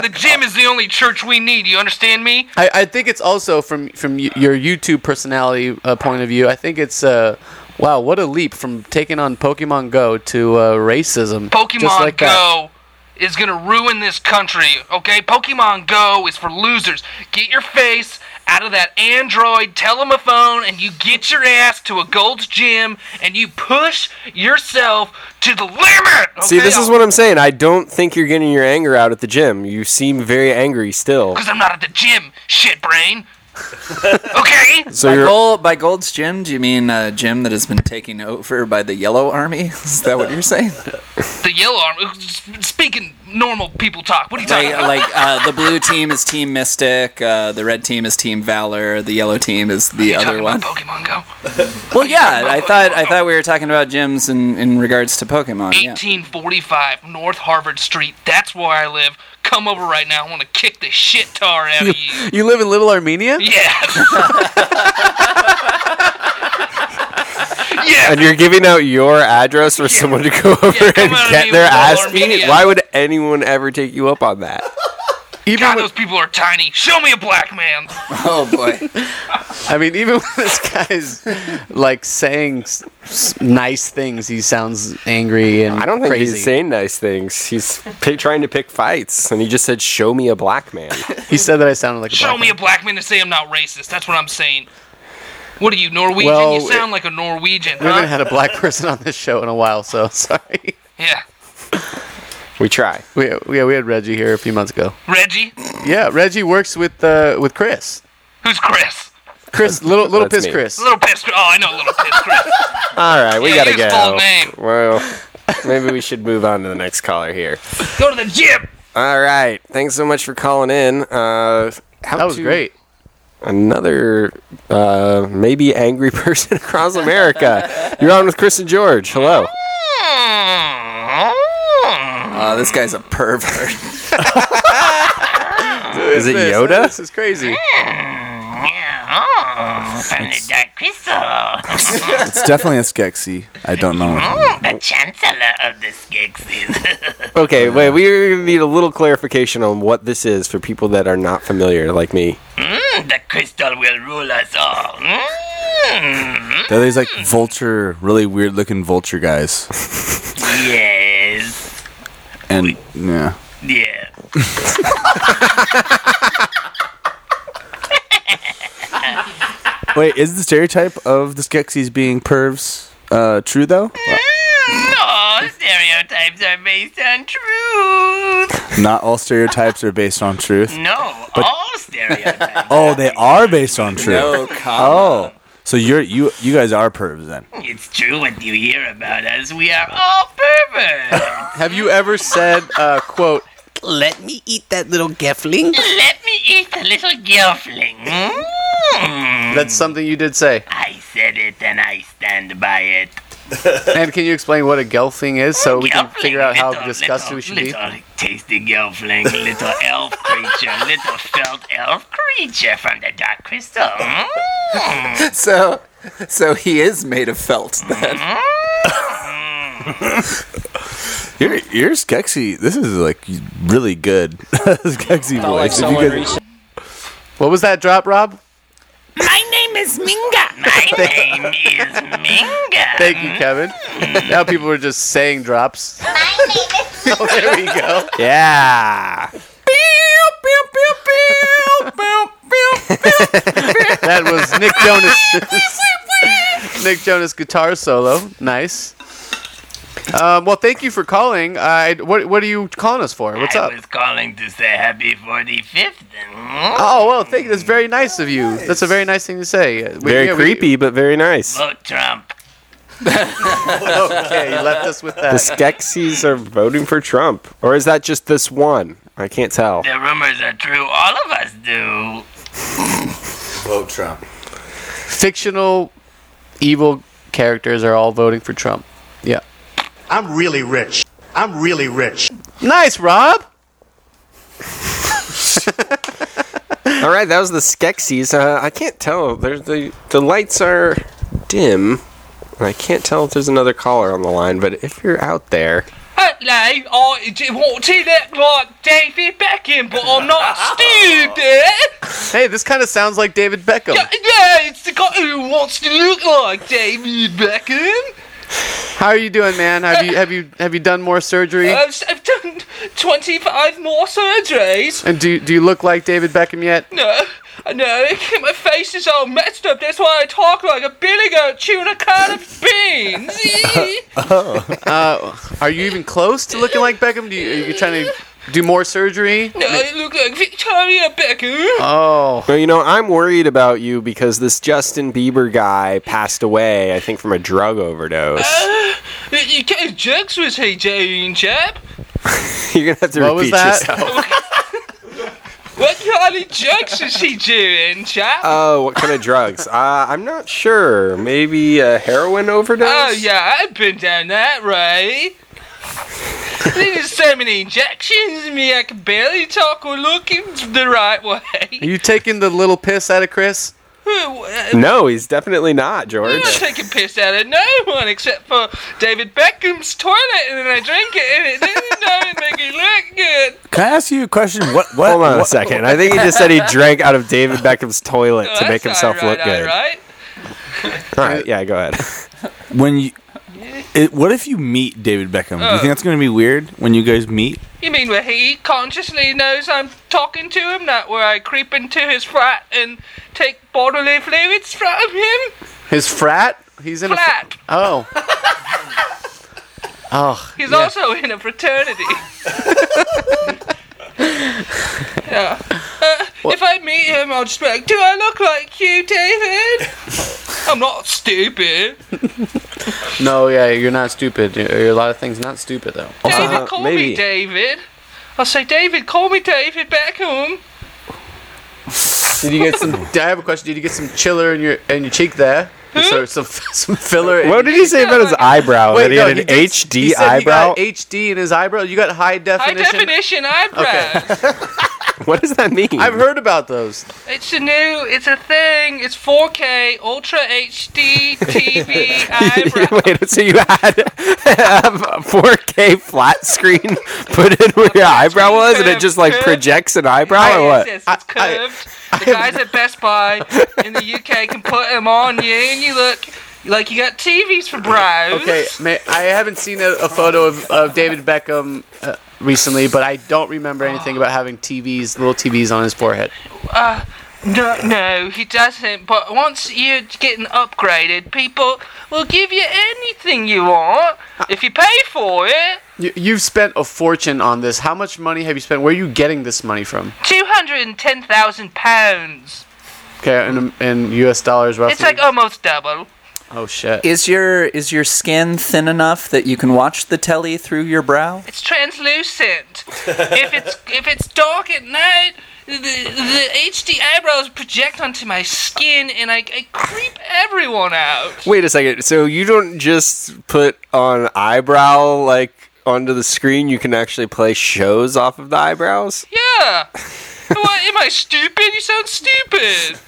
the gym is the only church we need. You understand me? I, I think it's also from from y- your YouTube personality uh, point of view. I think it's uh, wow, what a leap from taking on Pokemon Go to uh, racism. Pokemon just like That. Go is is gonna ruin this country. Okay, Pokemon Go is for losers. Get your face out of that Android telephone, and you get your ass to a Gold's Gym, and you push yourself to the limit. Okay? See, this is what I'm saying. I don't think you're getting your anger out at the gym. You seem very angry still. Because I'm not at the gym, shit brain. okay. So by, you're- gold, by Gold's Gym, do you mean a gym that has been taken over by the Yellow Army? Is that what you're saying? The yellow arm. Speaking normal people talk. What are you talking like, about? like uh, the blue team is Team Mystic, uh, the red team is Team Valor, the yellow team is the other one. Pokemon Go. Well, yeah, I thought I thought we were talking about gyms in, in regards to Pokemon. Yeah. 1845 North Harvard Street. That's where I live. Come over right now. I want to kick the shit tar out of you. You live in Little Armenia? Yeah. And you're giving out your address for someone to go over and get their ass beat? Why would anyone ever take you up on that? God, those people are tiny. Show me a black man. Oh boy. I mean, even when this guy's like saying s- s- nice things, he sounds angry and I don't think crazy. he's saying nice things. He's pi trying to pick fights, and he just said, "Show me a black man." he said that I sounded like a Show me a black man to say I'm not racist. That's what I'm saying. What are you, Norwegian? Well, you sound like a Norwegian, We haven't huh? had a black person on this show in a while, so sorry. Yeah. We try. We yeah, we had Reggie here a few months ago. Reggie? Yeah, Reggie works with uh, with Chris. Who's Chris? Chris, little little That's piss, me. Chris. Uh. Little Piss Chris. Oh, I know Little Piss Chris. All right, we Yeah, gotta use go. full name. Well, maybe we should move on to the next caller here. Go to the gym. All right, thanks so much for calling in. Uh, how That was to- great. Another uh, maybe angry person across America. You're on with Chris and George. Hello. Uh, this guy's a pervert. Is it This- Yoda? This is crazy. It's definitely a Skeksis. I don't know. Mm, the chancellor of the Skeksis. Okay, wait. We are gonna need a little clarification on what this is for people that are not familiar, like me. mm, the crystal will rule us all. Mm, They're these like vulture, really weird looking vulture guys. yes. And yeah. Yeah. Wait, is the stereotype of the Skeksis being pervs uh, true though? All stereotypes are based on truth. Not all stereotypes are based on truth. Mm. No, But- all stereotypes. Oh, they are based on truth. No, come oh, so you're you you guys are pervs then? It's true what you hear about us. We are all perverts. Have you ever said uh, quote? Let me eat that little Gefling. Let me eat the little Gelfling. Mm, That's something you did say. I said it and I stand by it. and can you explain what a gelfing is so we can figure out how disgusted we should be? little tasty gelfling, little elf creature, little felt elf creature from the dark crystal. Mm. so, so he is made of felt then. Your your Skeksy, this is like really good Skeksy Not like voice. If you someone guys- recent- What was that drop, Rob? My name is Minga. My name is Minga. Mm. Thank you, Kevin. now people are just saying drops. oh, there we go. Yeah. that was Nick Jonas. Nick Jonas guitar solo. Nice. Um, well, thank you for calling. I, what, what are you calling us for? What's I up? was calling to say happy 45th. Mm. Oh, well, thank you. That's very nice of you. That's a very nice thing to say. Uh, we- Very yeah, we- creepy, but very nice. Vote Trump. okay, you left us with that. The Skeksis are voting for Trump, or is that just this one? I can't tell. The rumors are true. All of us do. Vote Trump. Fictional evil characters are all voting for Trump. Yeah. I'm really rich. I'm really rich. Nice, Rob. All right, that was the Skeksis. Uh, I can't tell. There's the the lights are dim, and I can't tell if there's another caller on the line. But if you're out there, Hello, I j- want to look like David Beckham, but I'm not stupid. Hey, this kind of sounds like David Beckham. Yeah, it's the guy who wants to look like David Beckham. How are you doing, man? Have you have you have you done more surgery? I've, s- I've done 25 more surgeries. And do do you look like David Beckham yet? No, no, my face is all messed up. That's why I talk like a billy goat chewing a can of beans. Oh. Uh, are you even close to looking like Beckham? Do you, are you trying to do more surgery? no, I look like Victoria Beckham. Oh. you know, I'm worried about you because this Justin Bieber guy passed away, I think, from a drug overdose. You gave jokes with he, Jane chap. You're gonna have to What was repeat that? yourself. What kind of jokes is he doing, chap? Oh, what kind of drugs? Uh, I'm not sure. Maybe a heroin overdose. Oh yeah, I've been down that road. There's so many injections in me, I can barely talk or look in the right way. Are you taking the little piss out of Chris? No, he's definitely not, I'm George. not taking piss out of no one except for David Beckham's toilet, and then I drink it, and it doesn't know make it look good. Can I ask you a question? What? what Hold on a what- second. I think he just said he drank out of David Beckham's toilet to make himself look good. Right? All Uh, right, yeah, go ahead. when you, it, what if you meet David Beckham? Do you Oh. think that's gonna be weird when you guys meet? You mean where he consciously knows I'm talking to him, not where I creep into his flat and take bodily fluids from him? His frat? He's in Flat. a frat. Oh. oh. He's yeah. also in a fraternity. yeah. Uh, if I meet him, I'll just be like, "Do I look like you, David?" I'm not stupid. No, yeah, you're not stupid. You're, you're a lot of things not stupid though. Uh-huh, David, call me David. I'll say, David, call me David back home. Did you get some? I have a question. Did you get some chiller in your in your cheek there? So, some some filler. in What your did he cheek? say about his eyebrow? Wait, that he no, had an he did- HD he said he eyebrow? got HD in his eyebrow. You got high High definition. definition eyebrow. what does that mean? I've heard about those. It's a new. It's a thing. It's 4K Ultra HD TV. Wait, so you had a 4K flat screen put in where your eyebrow was, and it just like projects an eyebrow, or what? Yes, yes, it's curved. the guys at Best Buy in the UK can put them on you, and you look like you got TVs for bros. Okay, may, I haven't seen a, a photo of, of David Beckham uh, recently, but I don't remember anything about having TVs, little TVs on his forehead. Uh, no, no, he doesn't. But once you're getting upgraded, people will give you anything you want if you pay for it. You, you've spent a fortune on this. How much money have you spent? Where are you getting this money from? Two hundred and ten thousand pounds. Okay, in, in U.S. dollars roughly. It's like almost double. oh shit! Is your is your skin thin enough that you can watch the telly through your brow? It's translucent. if it's if it's dark at night, the, the HD eyebrows project onto my skin, and I, I creep everyone out. Wait a second. So you don't just put on eyebrow like onto the screen. You can actually play shows off of the eyebrows. Yeah. what? Am I stupid? You sound stupid.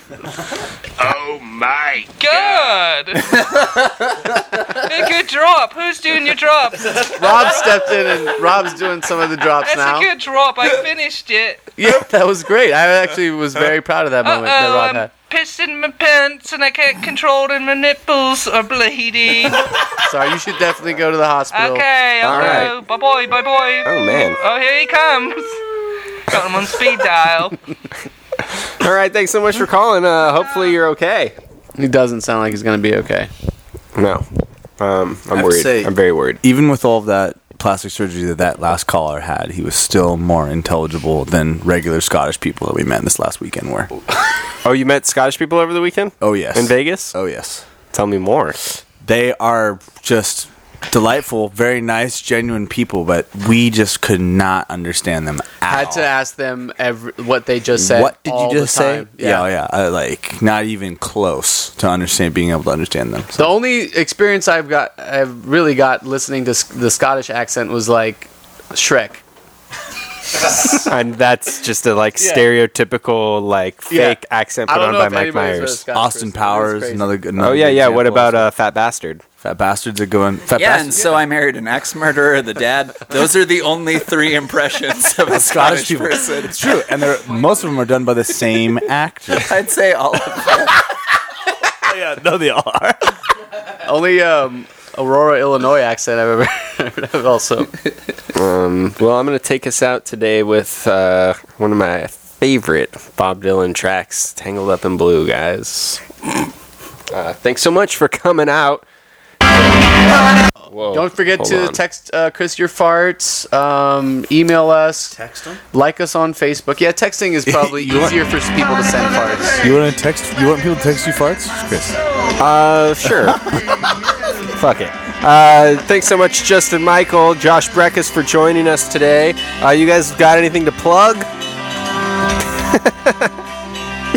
Oh my God. hey, good drop. Who's doing your drop? Rob stepped in, and Rob's doing some of the drops That's now. a good drop. I finished it. yeah, that was great. I actually was very proud of that moment that Uh-oh, Rob I'm had. pissed in my pants and I can't control it and my nipples are bleeding. Sorry, you should definitely go to the hospital. Okay, I'll go. Bye bye, bye bye. Oh, man. Oh, here he comes. Got him on speed dial. All right. Thanks so much for calling. Uh, hopefully you're okay. He doesn't sound like he's gonna be okay. No, um, I I'm would worried. say- I'm very worried. Even with all of that plastic surgery that that last caller had, he was still more intelligible than regular Scottish people that we met this last weekend were. Oh, you met Scottish people over the weekend? Oh yes. In Vegas? Oh yes. Tell me more. They are just delightful, very nice, genuine people, but we just could not understand them I had to ask them every, what they just said. What did all you the just say? time. Yeah, oh, yeah. I, like not even close to understand being able to understand them. The only experience I've got, I've really got listening to s- the Scottish accent was like Shrek. and that's just a like Yeah. stereotypical like Yeah. fake accent I put don't on know by if Mike anybody's read Myers. Scottish Austin Christmas. Powers, another good. Oh another yeah, good yeah. What example. about uh, Fat Bastard? Fat Bastards are going. Fat yeah, Bastards. and so I married an ex murderer, the dad. Those are the only three impressions of a Scottish, person. It's true, and they're, most of them are done by the same actor. I'd say all of them. Oh, yeah, no, they are. only um, Aurora, Illinois accent I've ever heard also. Um, well, I'm going to take us out today with uh, one of my favorite Bob Dylan tracks, Tangled Up in Blue, guys. Uh, thanks so much for coming out. Whoa, Don't forget hold to on. text uh, Chris your farts, um, email us, text them, like us on Facebook. Yeah, texting is probably You want- easier for s- people to send farts. You want to text? You want people to text you farts, Chris? Uh, sure. Fuck it. Uh, thanks so much, Justin Michael, Josh Breckus, for joining us today. Uh, you guys got anything to plug? you want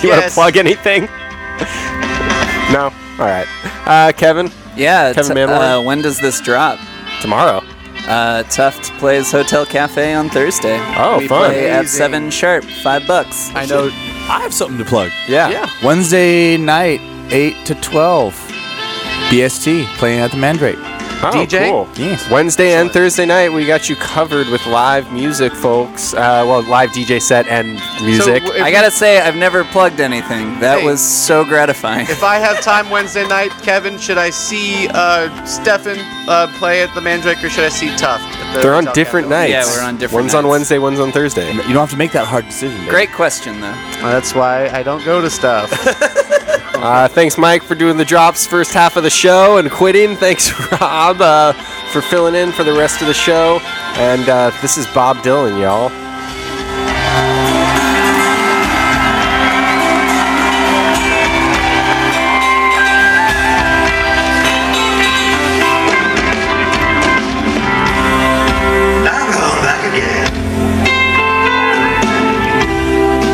to Yes. plug anything? no? All right. Uh, Kevin? Yeah, Kevin t- Manley? uh, when does this drop? Tomorrow. Uh, Tuft plays Hotel Cafe on Thursday. Oh, we fun. Play at Amazing. seven sharp, five bucks. I know. I have something to plug. Yeah. Wednesday night, eight to twelve. BST playing at the Mandrake. Oh, cool. Wednesday and Thursday night, we got you covered with live music, folks. Uh, well, live DJ set and music. I gotta say, I've never plugged anything. That Hey. was so gratifying. If I have time Wednesday night, Kevin, should I see uh, Stefan uh, play at the Mandrake or should I see Tuft? at the They're on Hotel different Capitol? nights. One's on Wednesday, one's on Thursday. You don't have to make that hard decision. Great question, though. that's why I don't go to stuff. uh, thanks, Mike, for doing the drops first half of the show and quitting. Thanks, Rob, uh, for filling in for the rest of the show. And uh, this is Bob Dylan, y'all. Now I'm going back again.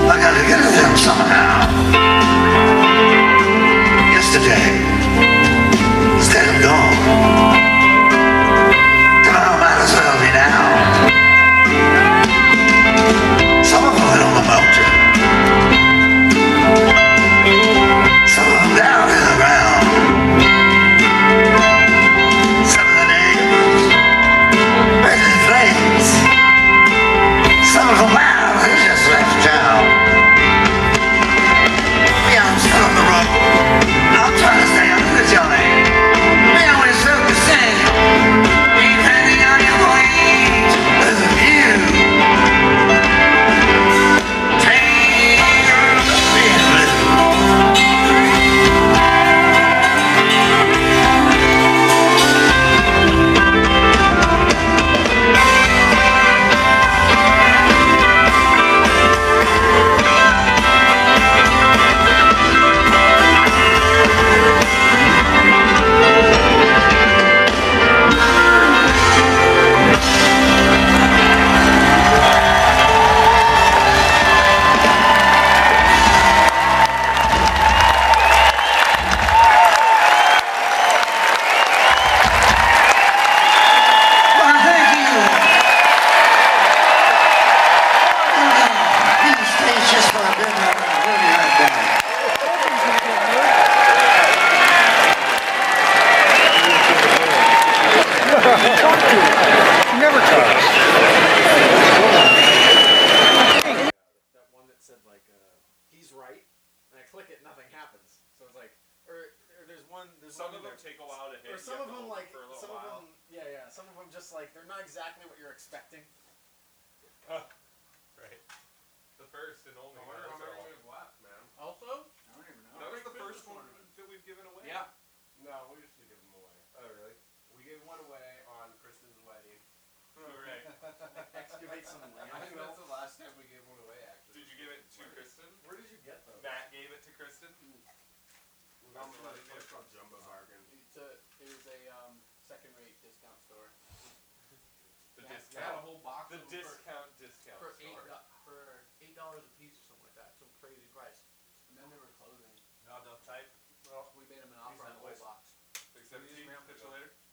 I gotta get to them somehow. Yesterday, it's dead and gone. Tomorrow might as well be now. Some of them are on the mountain. Some of them down in the ground. Some of the names burning flames. Some of them out who just left town. Me, I'm still on the road. I'm trying to stay under the jelly. Me, I was so concerned. Depending on your weight, there's a view. Tangled up in Never Some of them take a while to hit. Or some of them like some of them yeah yeah some of them just like they're not exactly what you're expecting. Right. The first and only. I wonder how many we have left, man. Also, I don't even know. That was the first one that we've given away. Yeah. No, we used to give them away. Oh, really? We gave one away on Kristen's wedding. Right. Excavate some land. I think that's the last time we gave one away, actually. Did you give it to Kristen? Where did you get those? Matt gave it to Kristen. Well, that's like, that's called Jumbo Bargain. It's a, it 17th to later?